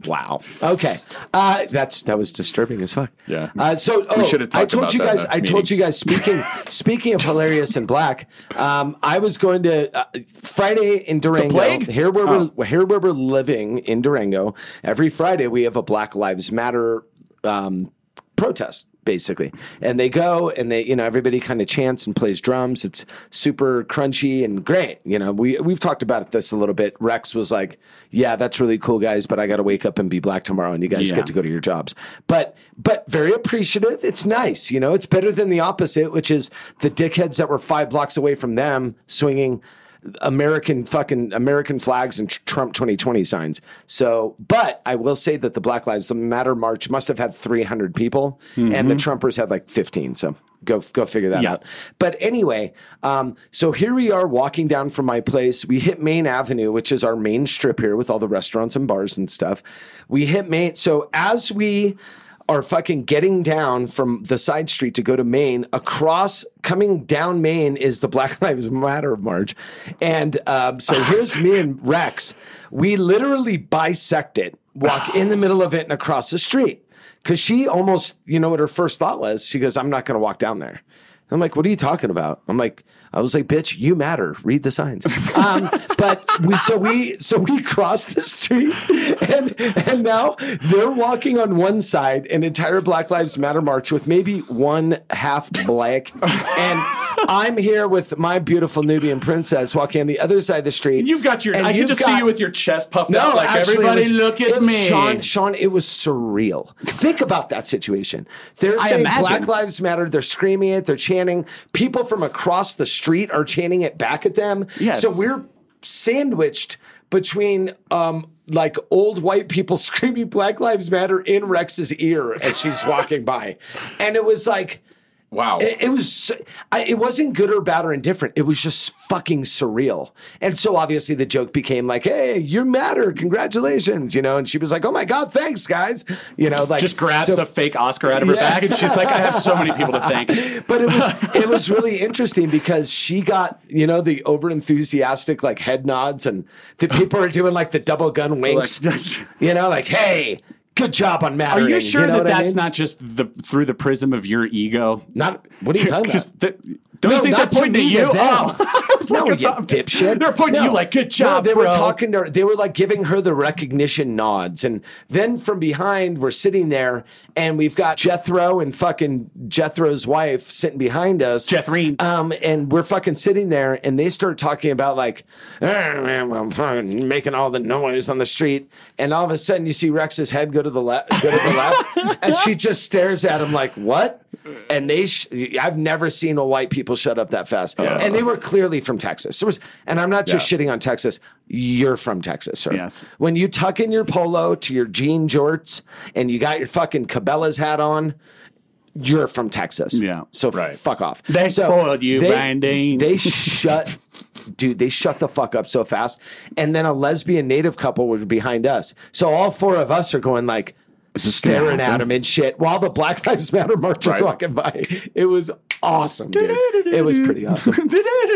wow. Okay. Uh that's that was disturbing as fuck. Yeah. Uh so oh, should have I talked told about you that in guys that I told you meeting. guys speaking speaking of hilarious and black, um I was going to uh, Friday in Durango. plague? Here where Oh. we're here where we're living in Durango, every Friday we have a Black Lives Matter um, protest basically and they go and they you know everybody kind of chants and plays drums it's super crunchy and great you know we we've talked about this a little bit rex was like yeah that's really cool guys but i got to wake up and be black tomorrow and you guys Yeah. get to go to your jobs but but very appreciative it's nice you know it's better than the opposite which is the dickheads that were 5 blocks away from them swinging American fucking American flags and tr- Trump 2020 signs. So, but I will say that the Black Lives Matter march must have had 300 people and the Trumpers had like 15. So go, go figure that Yeah. out. But anyway, um, so here we are walking down from my place. We hit Main Avenue, which is our main strip here with all the restaurants and bars and stuff. We hit Main. So as we are fucking getting down from the side street to go to Main, across coming down Main is the Black Lives Matter March. And um, so here's me and Rex. We literally bisect it, walk in the middle of it and across the street. Cause she almost, you know what her first thought was? She goes, I'm not gonna walk down there. I'm like, what are you talking about? I'm like, I was like, bitch, you matter. Read the signs. Um, but we, so we, so we crossed the street and, and now they're walking on one side, an entire Black Lives Matter march with maybe one half black. And I'm here with my beautiful Nubian princess walking on the other side of the street. You've got your And I can you've just see got- you with your chest puffed no, out like actually, it everybody was- look it- at me. Sean. Sean, it was surreal. Think about that situation. They're I saying imagine. Black Lives Matter. They're screaming it. They're chanting. People from across the street are chanting it back at them. Yes. So we're sandwiched between. Um, like old white people screaming Black Lives Matter in Rex's ear as she's walking by. And it was like, Wow. it, it was. so- I, it wasn't good or bad or indifferent. It was just fucking surreal. And so obviously the joke became like, "Hey, you matter. Congratulations," you know. And she was like, "Oh my god, thanks, guys." You know, like just grabs so- a fake Oscar out of her Yeah. bag and she's like, I have so many people to thank. But it was it was really interesting because she got you know the over enthusiastic like head nods and the people are doing like the double gun winks, you know, like "Hey, good job on mattering." Are you sure know that what I that's mean? not just the through the prism of your ego? Not what are you talking 'Cause about? the- don't you think they're not to pointing me, at to you? them. Oh, I was no, like, I you thought- dipshit. They're pointing at you like, good job, No, they were bro. talking to her. They were like giving her the recognition nods. And then from behind, we're sitting there and we've got Jethro and fucking Jethro's wife sitting behind us. Jethreen. Um, and we're fucking sitting there and they start talking about like, "Eh, man, I'm fucking making all the noise on the street. And all of a sudden you see Rex's head go to the left, go to the left. and she just stares at him like, what? And they, sh- I've never seen a white people shut up that fast. And they were clearly from Texas. There was, and I'm not just shitting on Texas. You're from Texas, sir. Yes. When you tuck in your polo to your jean jorts and you got your fucking Cabela's hat on, you're from Texas. Yeah. So Right. fuck off. They So spoiled you, they- Brandine. They shut, dude, they shut the fuck up so fast. And then a lesbian native couple were behind us. So all four of us are going like staring at him and shit while the Black Lives Matter march was Right. walking by. It was awesome, dude. It was pretty awesome.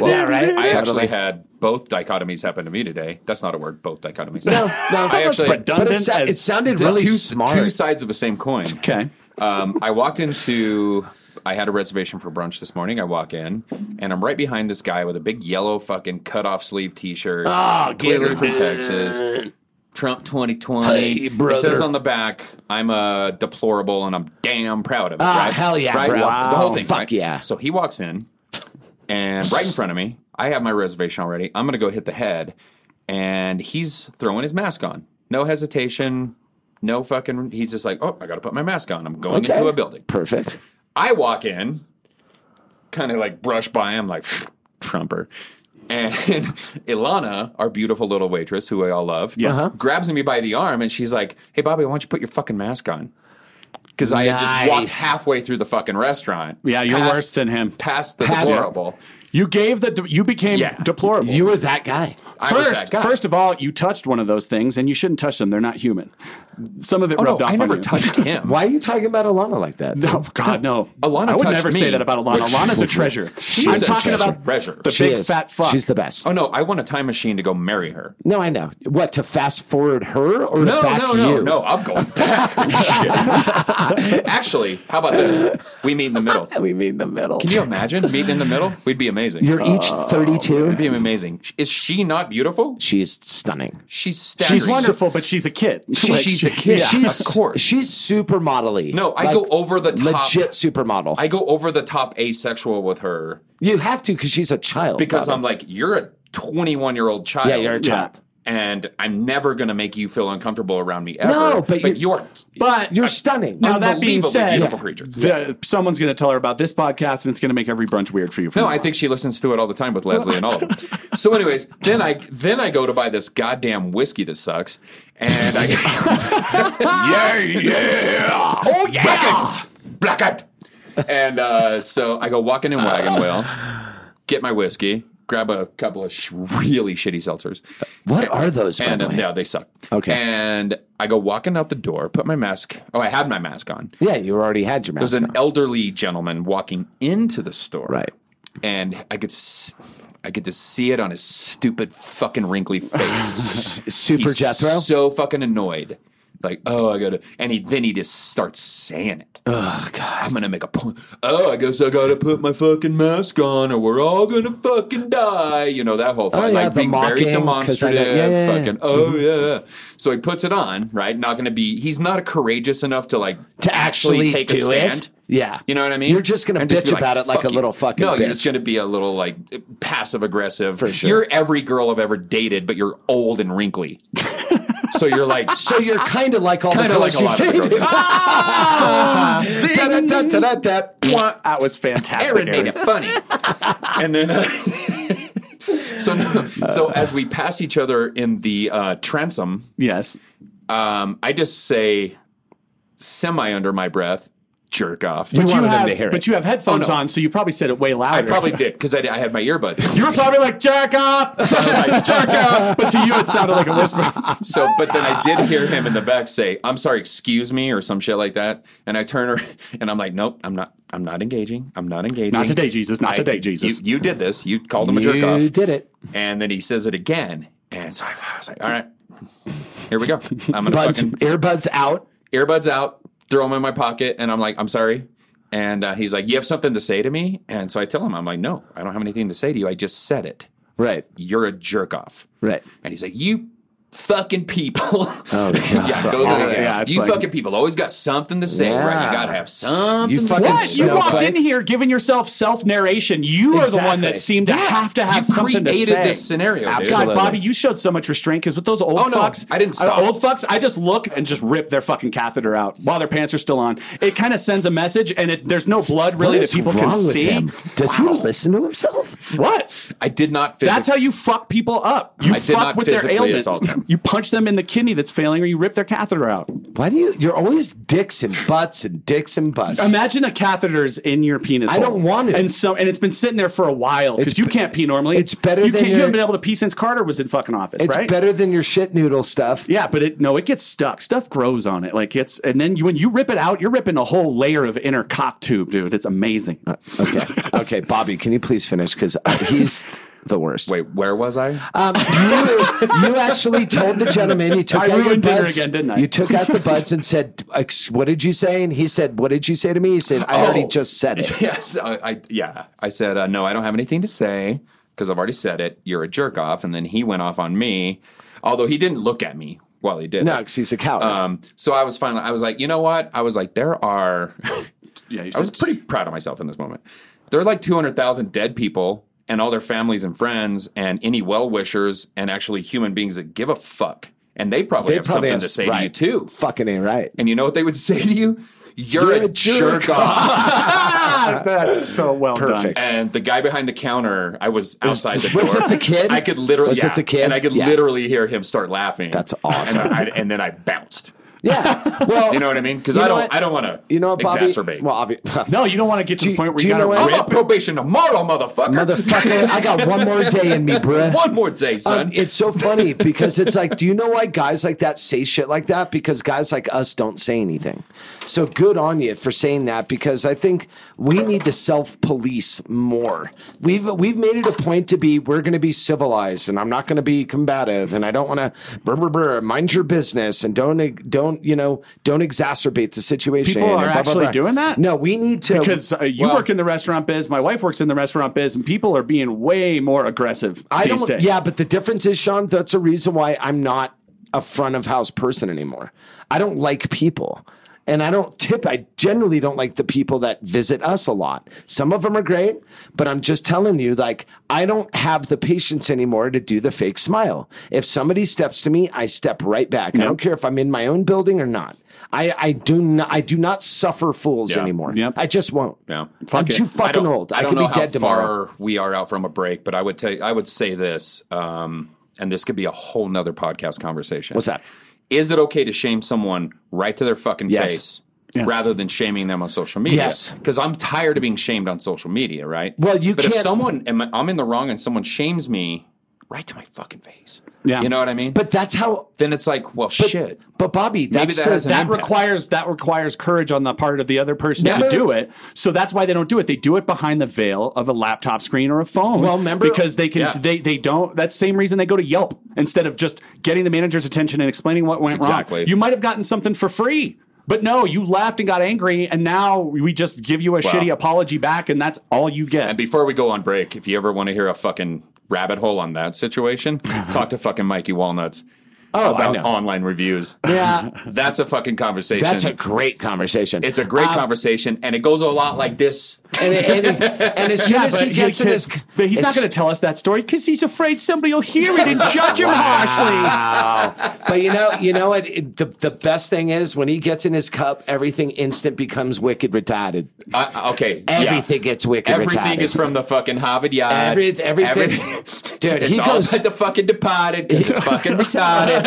yeah, right? I Totally. actually had both dichotomies happen to me today. That's not a word. Both dichotomies. No, no, I actually but, it, sa- redundant it as- sounded the really two, smart. two sides of the same coin. Okay. Um, I walked into. I had a reservation for brunch this morning. I walk in, and I'm right behind this guy with a big yellow fucking cut off sleeve T-shirt. Ah, clearly get from it. Texas. Trump 2020. Hey, it brother. says on the back, "I'm a deplorable, and I'm damn proud of it." Ah, right? hell yeah, right? bro. Oh, The whole thing. Fuck right? yeah. So he walks in, and right in front of me, I have my reservation already. I'm gonna go hit the head, and he's throwing his mask on. no hesitation, no fucking. He's just like, oh, I got to put my mask on. I'm going into a building. Perfect. I walk in, kind of like brush by him, like Trumper. And Ilana, our beautiful little waitress, who we all love, Yes. Uh-huh. grabs me by the arm and she's like, "Hey, Bobby, why don't you put your fucking mask on?" Because I had just walked Nice. halfway through the fucking restaurant. Yeah, you're past- worse than him. Past the Past- deplorable. You gave the de- you became Yeah. deplorable. You were that guy. I was that first, guy. first of all, you touched one of those things, and you shouldn't touch them. They're not human. Some of it Oh rubbed no, off I on never you. touched him. Why are you talking about Alana like that? No, Oh, God, no. Alana I would touched never me. say that about Alana. Alana's a treasure. She's I'm a talking treasure. about Treasure. the She big is. fat fuck. She's the best. Oh no, I want a time machine to go marry her. No, I know. What to fast forward her or No, back no, no, you? no. I'm going back. Shit. Actually, how about this? We meet in the middle. We mean the middle. Can you imagine meeting in the middle? We'd be amazing. You're each It'd be 32. amazing. Is she not beautiful? She's stunning. She's staggering. She's wonderful, but she's a kid. She- Like, she's a kid. yeah. She's of course. She's supermodel-y. no, I go over the top. Legit supermodel. I go over the top asexual with her you have to because she's a child. because Bobby. I'm like, you're a 21 year old child. Yeah, you're a child. And I'm never going to make you feel uncomfortable around me ever. No, but but you're- you're But You're stunning. now that being unbelievably said, beautiful creature. the- someone's going to tell her about this podcast, and it's going to make every brunch weird for you. No, I think she listens to it all the time with Leslie and all of them. so, anyways, then I then I go to buy this goddamn whiskey that sucks, and I yeah yeah oh yeah black eyed, and uh, so I go walking in wagon wheel, get my whiskey, grab a couple of sh- really shitty seltzers, What are those? By and the uh, way? no, they suck. Okay. and I go walking out the door, put my mask. Oh, I had my mask on. Yeah, you already had your There was mask. an on. elderly gentleman walking into the store. Right. And I could s- I could just see it on his stupid fucking wrinkly face. Super He's Jethro. So fucking annoyed. Like, oh, I gotta and he then he just starts saying it. oh God. I'm gonna make a point. Oh, I guess I gotta put my fucking mask on, or we're all gonna fucking die. You know that whole thing, Oh, yeah, like the being mocking, very 'cause I know- demonstrative. yeah, yeah, yeah. Mm-hmm. Fucking oh yeah. So he puts it on, right? Not gonna be. He's not courageous enough to like To actually take a do it? stand. Yeah. you know what I mean. You're just gonna And be bitch about it like "Fuck a you." little fucking No, bitch. you're just gonna be a little like passive aggressive. For sure. You're every girl I've ever dated, but you're old and wrinkly. so you're like So you're kind of like all Kinda the Ah, like girls a lot of you've the girls. dated. "Wah." that was fantastic. Aaron made Aaron. it funny. and then, uh, so no, so as we pass each other in the uh, transom, Yes. um, I just say semi under my breath, jerk off. But wanted them have, to hear but it. you have headphones Oh, no. on, so you probably said it way louder. I probably did because I, I had my earbuds. You were probably like jack off. So I was like jack off, but to you it sounded like a whisper. So, but then I did hear him in the back say, "I'm sorry, excuse me," or some shit like that. And I turn her, and I'm like, "Nope, I'm not. I'm not engaging. I'm not engaging. Not today, Jesus. Not I- today, Jesus. You, you did this. You called him a jerk off. You did it. And then he says it again. And so I, I was like, all right, here we go. I'm going to Buds, fucking earbuds out. earbuds out, throw them in my pocket. And I'm like, I'm sorry. And uh, he's like, you have something to say to me? And so I tell him, I'm like, no, I don't have anything to say to you. I just said it. Right. You're a jerk off. Right. And he's like, you fucking people. Oh, God. yeah, it goes on again. Yeah, it's you like- fucking people always got something to say, right? Yeah. You got to have something to fucking say. What? You walked Snowflake. in here giving yourself self narration. You are the one Exactly. that seemed to have to have You something to created say. this scenario, dude. God, Bobby, you showed so much restraint because with those old Oh, no, fucks, I didn't uh, stop. Old fucks, I just look and just rip their fucking catheter out while their pants are still on. It kind of sends a message, and it, there's no blood really that people can see. Does he listen to himself? What? I did not physically. That's how you fuck people up. You I did fuck not with their physically ailments. assault them. You punch them in the kidney that's failing, or you rip their catheter out. Why do you? You're always dicks and butts and dicks and butts. Imagine a catheter's in your penis. I hole. don't want it. And so, and it's been sitting there for a while It's because you be- can't pee normally. it's better You, than can't, you your- haven't been able to pee since Carter was in fucking office, it's right? better than your shit noodle stuff. Yeah, but it no, it gets stuck. Stuff grows on it, like it's, and then you, when you rip it out, you're ripping a whole layer of inner cock tube, dude. It's amazing. Uh, Okay. Okay, Bobby, can you please finish? Because he's the worst. Wait, where was I? Um, you, you actually told the gentleman you took I out your ruined dinner buds, again, didn't I? You took out the buds and said, "Ex- "What did you say?" And he said, "What did you say to me?" He said, "I already Oh. just said it." yes, I, I yeah. I said uh, no. I don't have anything to say because I've already said it. You're a jerk off, and then he went off on me. Although he didn't look at me while he did. No, it. because he's a coward. Um. So I was finally. I was like, you know what? I was like, there are. Yeah, you I was pretty proud of myself in this moment. There are like two hundred thousand dead people. And all their families and friends, and any well wishers, and actually human beings that give a fuck and they probably have something to say right. to you too. Fucking ain't right. And you know what they would say to you? You're, You're a, a jerk jerk off. That's so well Perfect. and the guy behind the counter, I was outside the was door. it the kid? I could literally, Was it yeah, the kid? And I could Yeah. literally hear him start laughing. That's awesome. And, I, and then I bounced. Yeah. Well, You know what I mean? Because You I know don't, what? I don't want to, You know, what, Bobby. exacerbate. Well, obvi- No, you don't want to get to Do- the point where do you, got you to know what? I'm rip. on probation tomorrow, motherfucker. motherfucker, I got one more day in me, bruh. One more day, son. Um, it's so funny because it's like, do you know why guys like that say shit like that? Because guys like us don't say anything. So good on you for saying that because I think we need to self police more. We've we've made it a point to be we're going to be civilized and I'm not going to be combative and I don't want to brr, brr, brr, mind your business and don't don't you know don't exacerbate the situation. People are and actually doing that? No, we need to because uh, you Well- work in the restaurant biz, my wife works in the restaurant biz, and people are being way more aggressive I these don't. days. Yeah, but the difference is, Sean. That's a reason why I'm not a front of house person anymore. I don't like people, and I don't tip. I generally don't like the people that visit us a lot. Some of them are great, but I'm just telling you, like, I don't have the patience anymore to do the fake smile. If somebody steps to me, I step right back. I don't care if I'm in my own building or not. I, I do not I do not suffer fools Yeah. anymore. Yep. I just won't. Yeah. I'm Fuck it. too I fucking don't- old. I, I don't could know be how dead tomorrow. far we are out from a break, but I would tell you, I would say this, um, and this could be a whole nother podcast conversation. What's that? Is it okay to shame someone right to their fucking Yes. face Yes. rather than shaming them on social media? Yes. Because I'm tired of being shamed on social media, right? Well, you But if can't- someone, am I, I'm in the wrong and someone shames me right to my fucking face. Yeah. You know what I mean? But that's how then it's like, well, shit. But Bobby, that's that the, has an that impact. requires that requires courage on the part of the other person Yeah. to do it. So that's why they don't do it. They do it behind the veil of a laptop screen or a phone. Well, remember- because they can Yeah. they they don't. That's the same reason they go to Yelp instead of just getting the manager's attention and explaining what went Exactly. wrong. You might have gotten something for free. But no, you laughed and got angry, and now we just give you a shitty apology back, and that's all you get. And before we go on break, if you ever want to hear a fucking rabbit hole on that situation, talk to fucking Mikey Walnuts. Oh, about online reviews. yeah, That's a fucking conversation. that's a Uh, great conversation. Um, it's a great conversation, and it goes a lot like this. and, and, and as soon as he but gets in could- his, but he's not it's- going to tell us that story because he's afraid somebody will hear it and judge him harshly. But you know, you know what? It- The the best thing is when he gets in his cup, everything instant becomes wicked retarded. I, okay, Uh, yeah. Everything gets wicked. Everything retarded. is from the fucking Harvard Yard. Every- everything- Dude, It's he all goes- about the fucking departed. 'cause It's fucking retarded.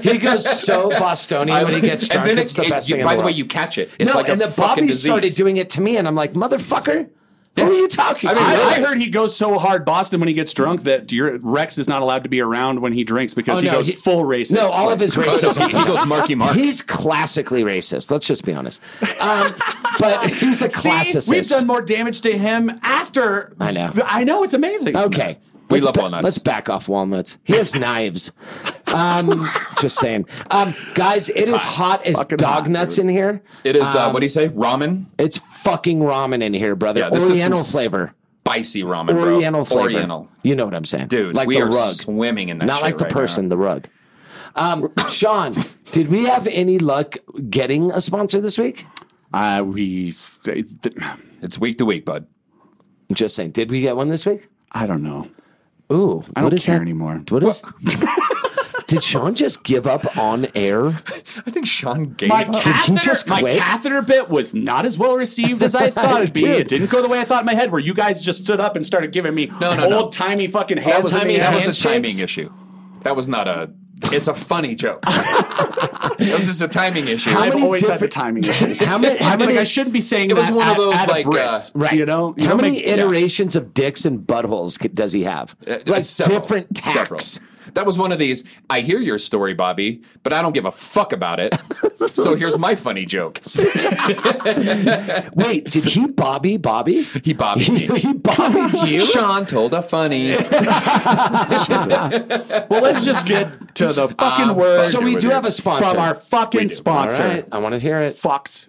he goes, he goes so Bostonian when he gets drunk. And then it's it- the it- best you- thing. in By the, the way, world. you catch it. It's no, like a and the fucking Bobby disease. started doing it to me, and I'm like, motherfucker, who are you talking I to? mean, really? I, I heard he goes so hard Boston when he gets drunk that your Rex is not allowed to be around when he drinks because Oh, he no, goes he- full racist. No, all of his racism. He goes Marky Mark. He's classically racist. Let's just be honest. Um, but he's a See, classicist. we've done more damage to him after. I know. I know it's amazing. okay. We Let's love ba- walnuts. Let's back off walnuts. He has knives. Um, just saying, um, guys. It is hot, as dog nuts in here. It is, um, uh, what do you say? Ramen? It's fucking ramen in here, brother. Yeah, this is some Oriental s- flavor. Spicy ramen, bro. Oriental flavor. Oriental. You know what I'm saying, Dude, Like we the are rug, swimming in that not shit like the right now. person, the rug. Um, Sean, did we have any luck getting a sponsor this week? Uh, we. th- It's week to week, bud. I'm just saying, did we get one this week? I don't know. Ooh, I don't care anymore. What is? did Sean just give up on air? I think Sean gave My up. he catheter, just my quit? catheter bit was not as well received as I thought it'd be. Dude. It didn't go the way I thought in my head, where you guys just stood up and started giving me No, no, no. old timey fucking That hand was, timey that was a handshakes. timing issue. That was not a. It's a funny joke. that was just a timing issue. How I've many always had the different- timing issues. How many? How I'm many? like, I shouldn't be saying It was that one of at- those, at a like, briss, uh, you know, You how don't many make- iterations of dicks and buttholes c- does he have? Uh, like several. different tacks. Several. That was one of these. I hear your story, Bobby, but I don't give a fuck about it. so here's my funny joke. Wait, did he Bobby Bobby? He bobbied me. he Bobby you? Sean told a funny. Well, let's just get to the fucking word. So we with do you. have a sponsor from our fucking All sponsor. right, I want to hear it. Fox.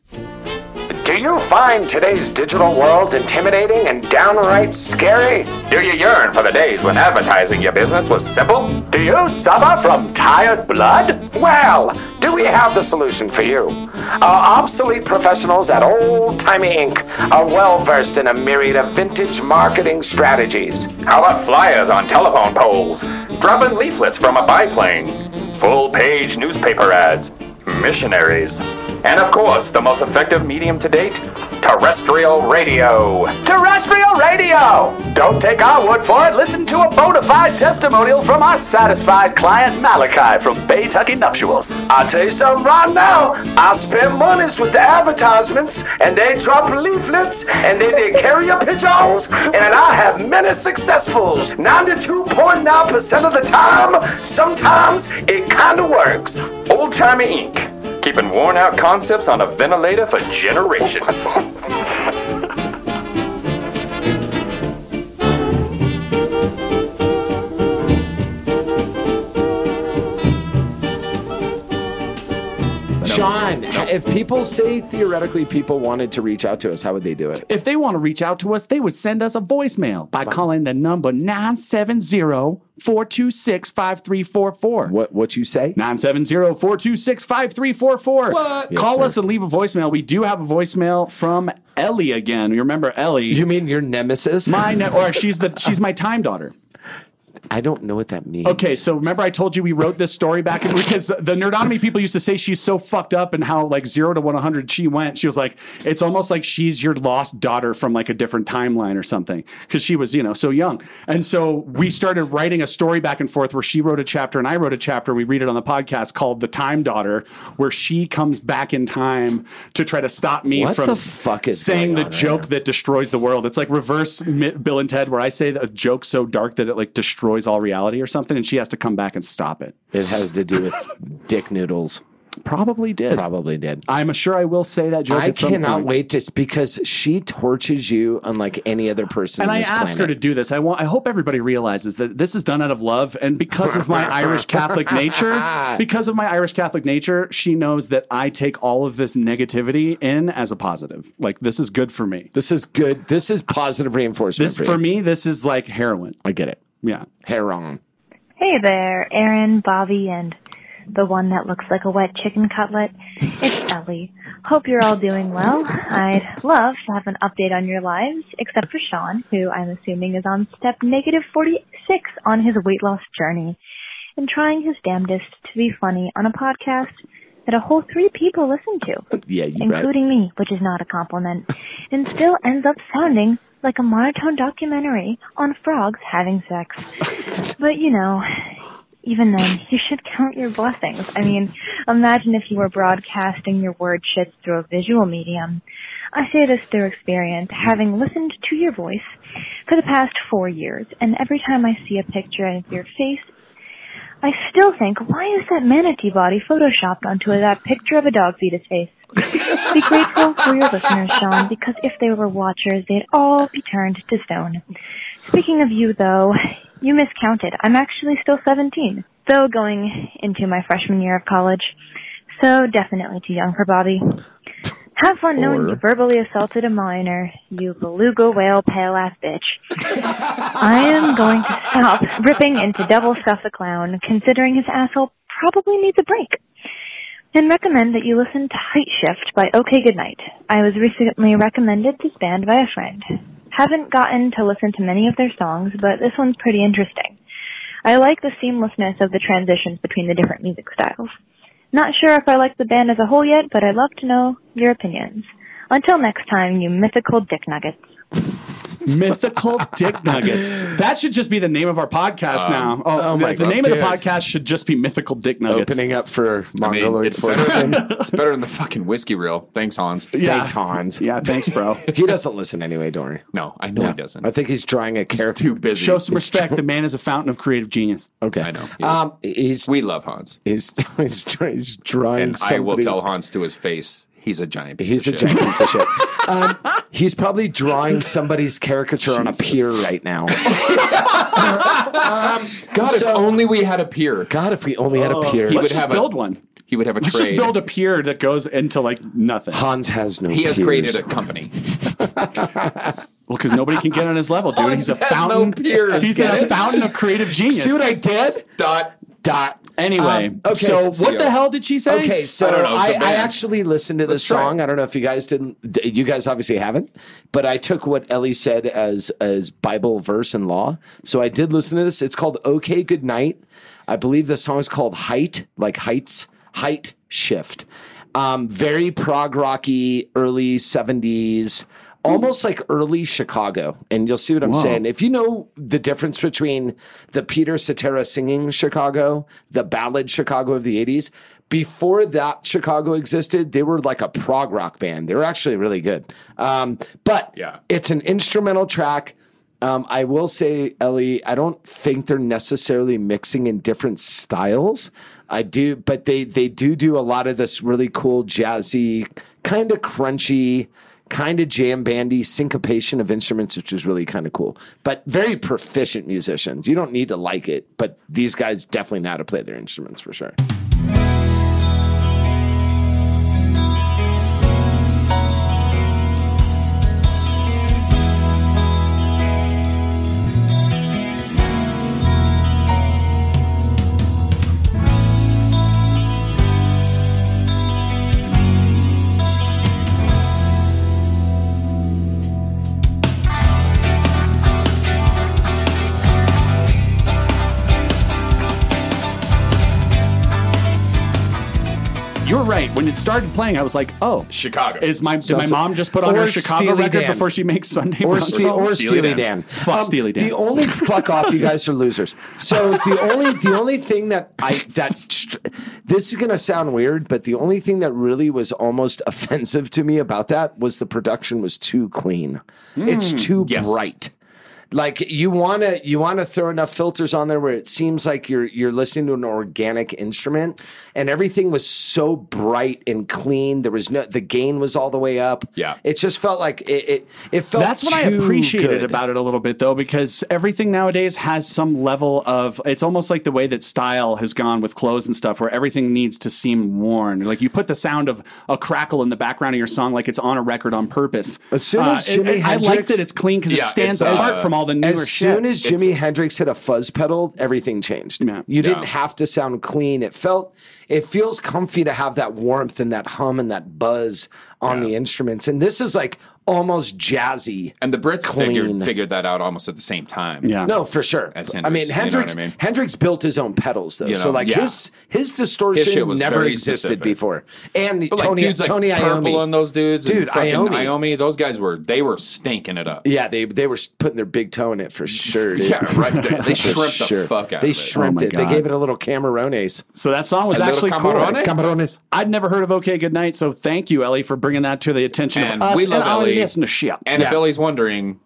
Do you find today's digital world intimidating and downright scary? Do you yearn for the days when advertising your business was simple? Do you suffer from tired blood? Well, do we have the solution for you? Our obsolete professionals at Old Timey Inc. are well versed in a myriad of vintage marketing strategies. How about flyers on telephone poles, dropping leaflets from a biplane? full page newspaper ads, missionaries, and of course, the most effective medium to date terrestrial radio. Terrestrial radio! Don't take our word for it. Listen to a bona fide testimonial from our satisfied client, Malachi from Baytucky Nuptials. I'll tell you something right now. I spend monies with the advertisements, and they drop leaflets, and they, they carry your pigeons, and I have many successfuls. 92.9% of the time, sometimes it kind of works. Old timey ink, keeping worn out concepts on a ventilator for Oh, generations. Sean, if people say theoretically people wanted to reach out to us, how would they do it? If they want to reach out to us, they would send us a voicemail by calling the number 970-426-5344. What what you say? 970-426-5344. What? Call sir. us and leave a voicemail. We do have a voicemail from Ellie again. You remember Ellie? You mean your nemesis? my ne- or she's the she's my time daughter. I don't know what that means. Okay, so remember I told you we wrote this story back because the nerdonomy people used to say she's so fucked up and how like zero to one hundred she went. She was like, it's almost like she's your lost daughter from like a different timeline or something because she was you know so young. And so we started writing a story back and forth where she wrote a chapter and I wrote a chapter. We read it on the podcast called "The Time Daughter," where she comes back in time to try to stop me What from the fuck is saying going the on right joke now? that destroys the world. It's like reverse Mi- Bill and Ted, where I say a joke so dark that it like destroys all reality or something, and she has to come back and stop it. it has to do with dick noodles. Probably did. Probably did. I'm sure I will say that joke. I at some cannot point. wait to s- because she tortures you unlike any other person. And on I this asked her to planet. do this. I want. I hope everybody realizes that this is done out of love, and because of my Irish Catholic nature, because of my Irish Catholic nature, she knows that I take all of this negativity in as a positive. Like this is good for me. This is good. This is positive reinforcement. This for you. me, this is like heroin. I get it. Yeah. Hair on. Hey there, Aaron, Bobby, and the one that looks like a wet chicken cutlet. It's Ellie. Hope you're all doing well. I'd love to have an update on your lives, except for Sean, who I'm assuming is on step negative 46 on his weight loss journey and trying his damnedest to be funny on a podcast that a whole three people listen to, Yeah, you right. including me, which is not a compliment, and still ends up sounding like a monotone documentary on frogs having sex. But you know, even then, you should count your blessings. I mean, imagine if you were broadcasting your word shits through a visual medium. I say this through experience, having listened to your voice for the past four years, and every time I see a picture of your face, I still think, why is that manatee body photoshopped onto that picture of a dog fetus face? Be grateful for your listeners, Sean, because if they were watchers, they'd all be turned to stone. Speaking of you, though, you miscounted. I'm actually still 17, though going into my freshman year of college. So definitely too young for Bobby. Have fun knowing you verbally assaulted a minor, you beluga whale pale ass bitch. I am going to stop ripping into Devil Stuff the Clown, considering his asshole probably needs a break and recommend that you listen to Height Shift by OK Goodnight. I was recently recommended this band by a friend. Haven't gotten to listen to many of their songs, but this one's pretty interesting. I like the seamlessness of the transitions between the different music styles. Not sure if I like the band as a whole yet, but I'd love to know your opinions. Until next time, you mythical dick nuggets. Mythical Dick Nuggets. That should just be the name of our podcast now. Oh, the, oh my the God, name of dude. the podcast should just be Mythical Dick Nuggets. Opening up for I mean, mongoloid it's, better, it's better than the fucking whiskey reel. Thanks, Hans. Yeah. Thanks, Hans. Yeah, thanks, bro. He doesn't listen anyway, don't worry. No, I know he doesn't. I think he's drawing a He's character. too busy. Show some respect. The man is a fountain of creative genius. okay. I know. He Uh, is. Um, he's, we love Hans. he's, he's, drawing- he's drawing And I will somebody- tell Hans to his face, he's a giant piece He's a of shit. giant piece of shit. Um, he's probably drawing somebody's caricature on a pier right now. Um, God, God, if so- only we had a peer. God, if we only had a pier. Let's would just have a- build one. He would have a Let's trade. just build a pier that goes into like nothing. Hans has no he has peers. created a company. Well, because nobody can get on his level, dude. He's a Hans has no fountain. peers, he's get a it? fountain of creative genius. See what I did? Dot. Dot. anyway, Um, okay, so so- what the hell did she say? Okay, so I, I don't know, it's a I, band. actually listened to the try song. it. I don't know if you guys didn't. d- You guys obviously haven't, but I took what Ellie said as as Bible verse and law. So I did listen to this. It's called "Okay Good Night." I believe the song is called Height, like Heights, Height Shift. Um, very prog rocky, early 70s, almost like early Chicago. And you'll see what I'm Whoa. saying. If you know the difference between the Peter Cetera singing Chicago, the ballad Chicago of the 80s, before that Chicago existed, they were like a prog rock band. They were actually really good. Um, but yeah. it's an instrumental track. Um, I will say, Ellie, I don't think they're necessarily mixing in different styles. I do, but they they do do a lot of this really cool jazzy, kind of crunchy, kind of jam bandy syncopation of instruments, which is really kind of cool. But very proficient musicians. You don't need to like it, but these guys definitely know how to play their instruments for sure. You're right. When it started playing, I was like, "Oh, Chicago." Is my did my Sounds- mom just put on her Or Chicago Steely record Dan. before she makes Sunday or, brunch? Ste- or Steely, Dan. Fuck Um, Steely Dan. The only fuck off, you guys are losers. So the only the only thing that I that str- this is gonna sound weird, but the only thing that really was almost offensive to me about that was the production was too clean. it's Mm, too yes. bright. Like you wanna you wanna throw enough filters on there where it seems like you're you're listening to an organic instrument, and everything was so bright and clean. There was no the gain was all the way up. Yeah. it just felt like it. It, it felt That's what I too appreciated good. about it a little bit, though, because everything nowadays has some level of. It's almost like the way that style has gone with clothes and stuff, where everything needs to seem worn. Like you put the sound of a crackle in the background of your song, like it's on a record on purpose. As soon as Uh, it- Jimi it- Hendrix, I like that it's clean because it stands apart from all the newer As soon shit. as Jimi Hendrix hit a fuzz pedal, everything changed. You didn't Yeah. have to sound clean. It felt, it feels comfy to have that warmth and that hum and that buzz on the instruments. And this is like almost jazzy. And the Brits figured, Clean. figured that out almost at the same time. No, for sure. As I Hendrix, mean, you know what Hendrix I mean? Hendrix built his own pedals though, You so know, like yeah. his his distortion His shit was never very existed specific. before. And But like Tony dudes like Tony Purple Iommi, and those dudes, dude, and fucking Iommi. Iommi, those guys were they were stinking it up. Yeah, they they were putting their big toe in it for sure. Dude. Yeah, right. They- they For shrimped the fuck out They of it. shrimped Oh my it. They God. gave it a little camarones. So that song was A little actually cool. camarone? Camarones. I'd never heard of OK Goodnight, so thank you, Ellie, for bringing that to the attention And of us. we love and Ellie. Our listenership. And Yeah. if Ellie's wondering,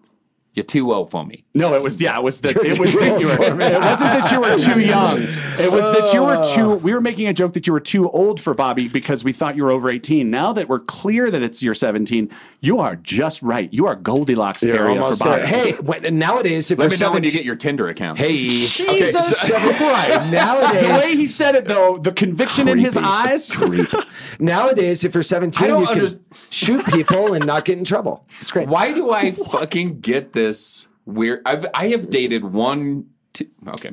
you're too old for me. No, it was yeah, it was that it was too that old you were, for it me. wasn't that you were too young. It was that you were too. We were making a joke that you were too old for Bobby because we thought you were over eighteen. Now that we're clear that it's you're seventeen, you are just right. You are Goldilocks You're area for almost Bobby. there. Hey, when, and nowadays if Let you're me know when you 17 get your Tinder account. Hey, Jesus Okay, so- Christ! Nowadays- the way he said it though, the conviction in his Creepy. eyes. nowadays if you're 17 I don't you can under- shoot people and not get in trouble. It's great. Why do I fucking get this weird? I've I have dated one. Two, okay,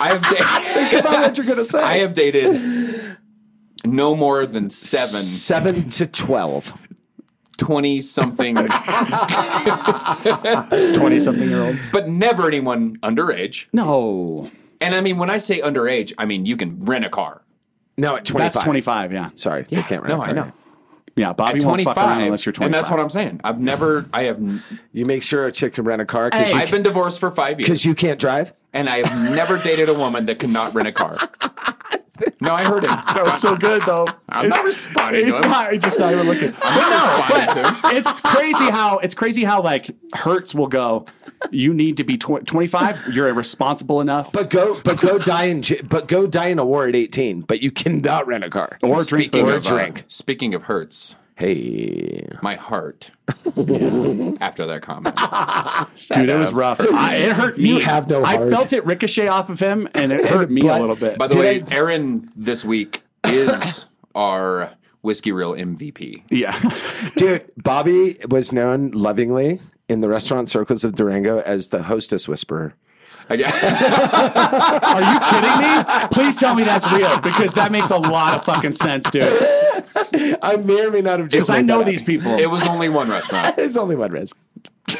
I have. Da- Think about what you're gonna say. I have dated no more than seven Seven to twelve. 20 something 20 something year olds but never anyone underage no and i mean when i say underage i mean you can rent a car No, at 25. That's twenty five. Yeah, Sorry, they can't no remember. i know yeah. Bobby at won't 25 fuck around unless you're twenty and five. that's what i'm saying i've never i have You make sure a chick can rent a car because i've been divorced for five years you can't drive. and i have never dated a woman that could not rent a car no i heard him That was so good though. I'm not responding to He's him. not. He's just not even looking. But no, but it's crazy how it's crazy how like Hertz will go. You need to be tw- 25. You're irresponsible enough. But go, but go die in, j- but go die in a war at eighteen. But you cannot rent a car Or drink speaking or of uh, drink. speaking of hurts Hey, my heart after that comment Dude, it was rough. I, it hurt me. You have no I heart. felt it ricochet off of him, and it hurt me a But- little bit. by the Did way I- Erin this week is our whiskey reel mvp yeah. dude, Bobby was known lovingly in the restaurant circles of Durango as the hostess whisperer. Yeah. Are you kidding me? Please tell me that's real because that makes a lot of fucking sense, dude. I may or may not have just. Because I made know that up. these people. it was only one restaurant There's only one res.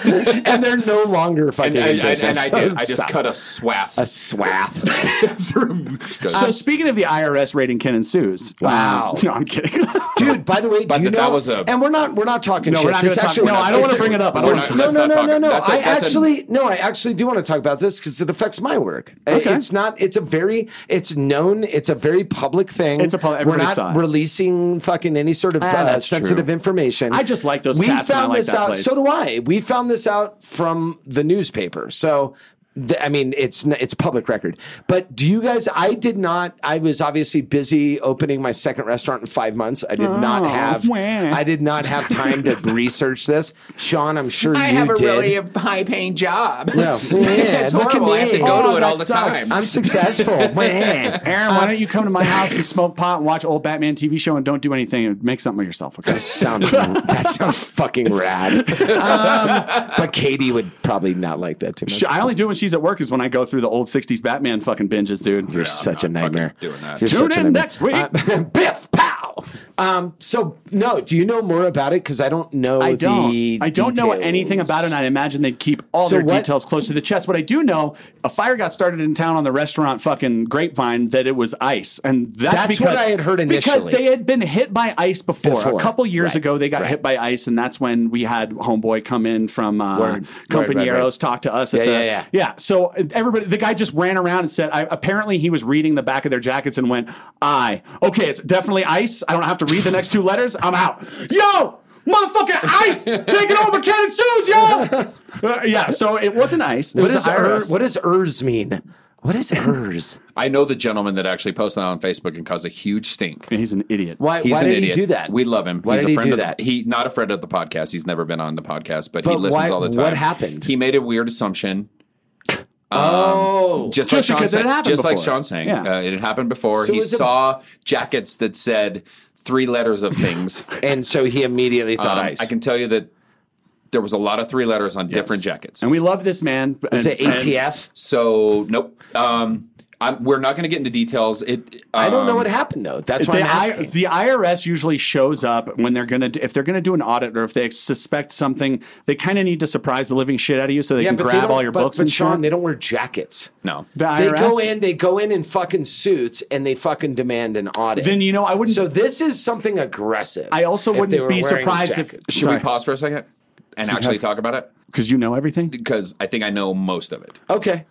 and they're no longer fucking And, I- in and- and business. I did. so I just stop. cut a swath. a swath. So speaking of the IRS rating Ken and Sue's, um, Wow. no, I'm kidding. Dude, by the way, But do you that know? was a- and we're not we're not talking No, shit. we're not This gonna talk- actually- no, I don't wanna bring it up. I don't We're wanna- not- let's no, not no, talk no, it. no, no. That's a- I that's a- actually no, I actually do want to talk about this because it affects my work. Okay. It's not. It's a very. It's known. It's a very public thing. It's a public- We're everybody not saw it. releasing fucking any sort of Ah, uh, that's sensitive true. information. I just like those We cats and I found like this that out. place. So do I. We found this out from the newspaper. So. th- I mean, it's n- it's public record. But do you guys? I did not. I was obviously busy opening my second restaurant in five months. I did not Oh, have. wah. I did not have time to research this. Sean, I'm sure you did. high paying job. no, it's Yeah, look at horrible. I have to me. go Oh, to it that all the sucks. time. I'm successful. Wah. Aaron, why don't you come to my house and smoke pot and watch old Batman TV show and don't do anything and make something of yourself? Okay. That sounds that sounds fucking rad. Um, but Katie would probably not like that too much. She- I only do it when she's at work is when I go through the old '60s Batman fucking binges, dude. You're such a nightmare. doing that. You're Tune such a in nightmare. next week. Uh, biff pow. Um, so no, do you know more about it? Because I don't know. I don't. The I don't know details. anything about it. And I imagine they'd keep all So their what- details close to the chest. What I do know, a fire got started in town on the restaurant fucking grapevine that it was ice, and that's, That's what because I had heard because initially. they had been hit by ice before. Before. A couple years Right. ago, they got Right. hit by ice, and that's when we had homeboy come in from uh, Word. Word, right, Compañeros right. talk to us. At Yeah, the, yeah, yeah. So everybody, the guy just ran around and said, I, apparently he was reading the back of their jackets and went, "I okay, it's definitely ice. I don't have to read the next two letters. I'm out." Yo. Motherfucking ice taking over Ken and Sue's, yo! Uh, yeah, so it wasn't ice. It What was does the er, IRS. what does ers mean? What is ers? I know the gentleman that actually posted that on Facebook and caused a huge stink. He's an idiot. Why, He's why an did idiot. he do that? We love him. Why He's did a he friend do of the- that? he not a friend of the podcast. He's never been on the podcast, but, he But listens why- all the time. what happened? He made a weird assumption. oh, Just, Just like Sean because it said, happened just like before. Sean saying, Yeah. uh, it had happened before. So he it's a- saw jackets that said three letters of things. and so he immediately Um, thought ice. I can tell you that there was a lot of three letters on different jackets. And we love this man. Is and- it ATF? So nope. Um, I'm, we're not going to get into details. It. I don't know um, what happened though. That's and why I'm The, I, asking. the IRS usually shows up when they're gonna do- if they're gonna do an audit or if they suspect something, they kind of need to surprise the living shit out of you so they can but they grab don't- all your but- books But and Sean, shit. they don't wear jackets. No. The They IRS? go in, they go in in fucking suits, and they fucking demand an audit. Then you know I wouldn't. so this is something aggressive. I also if they wouldn't were be wearing surprised if jackets. Should we pause for a second and actually talk about it? because you know everything. Because I think I know most of it. Okay.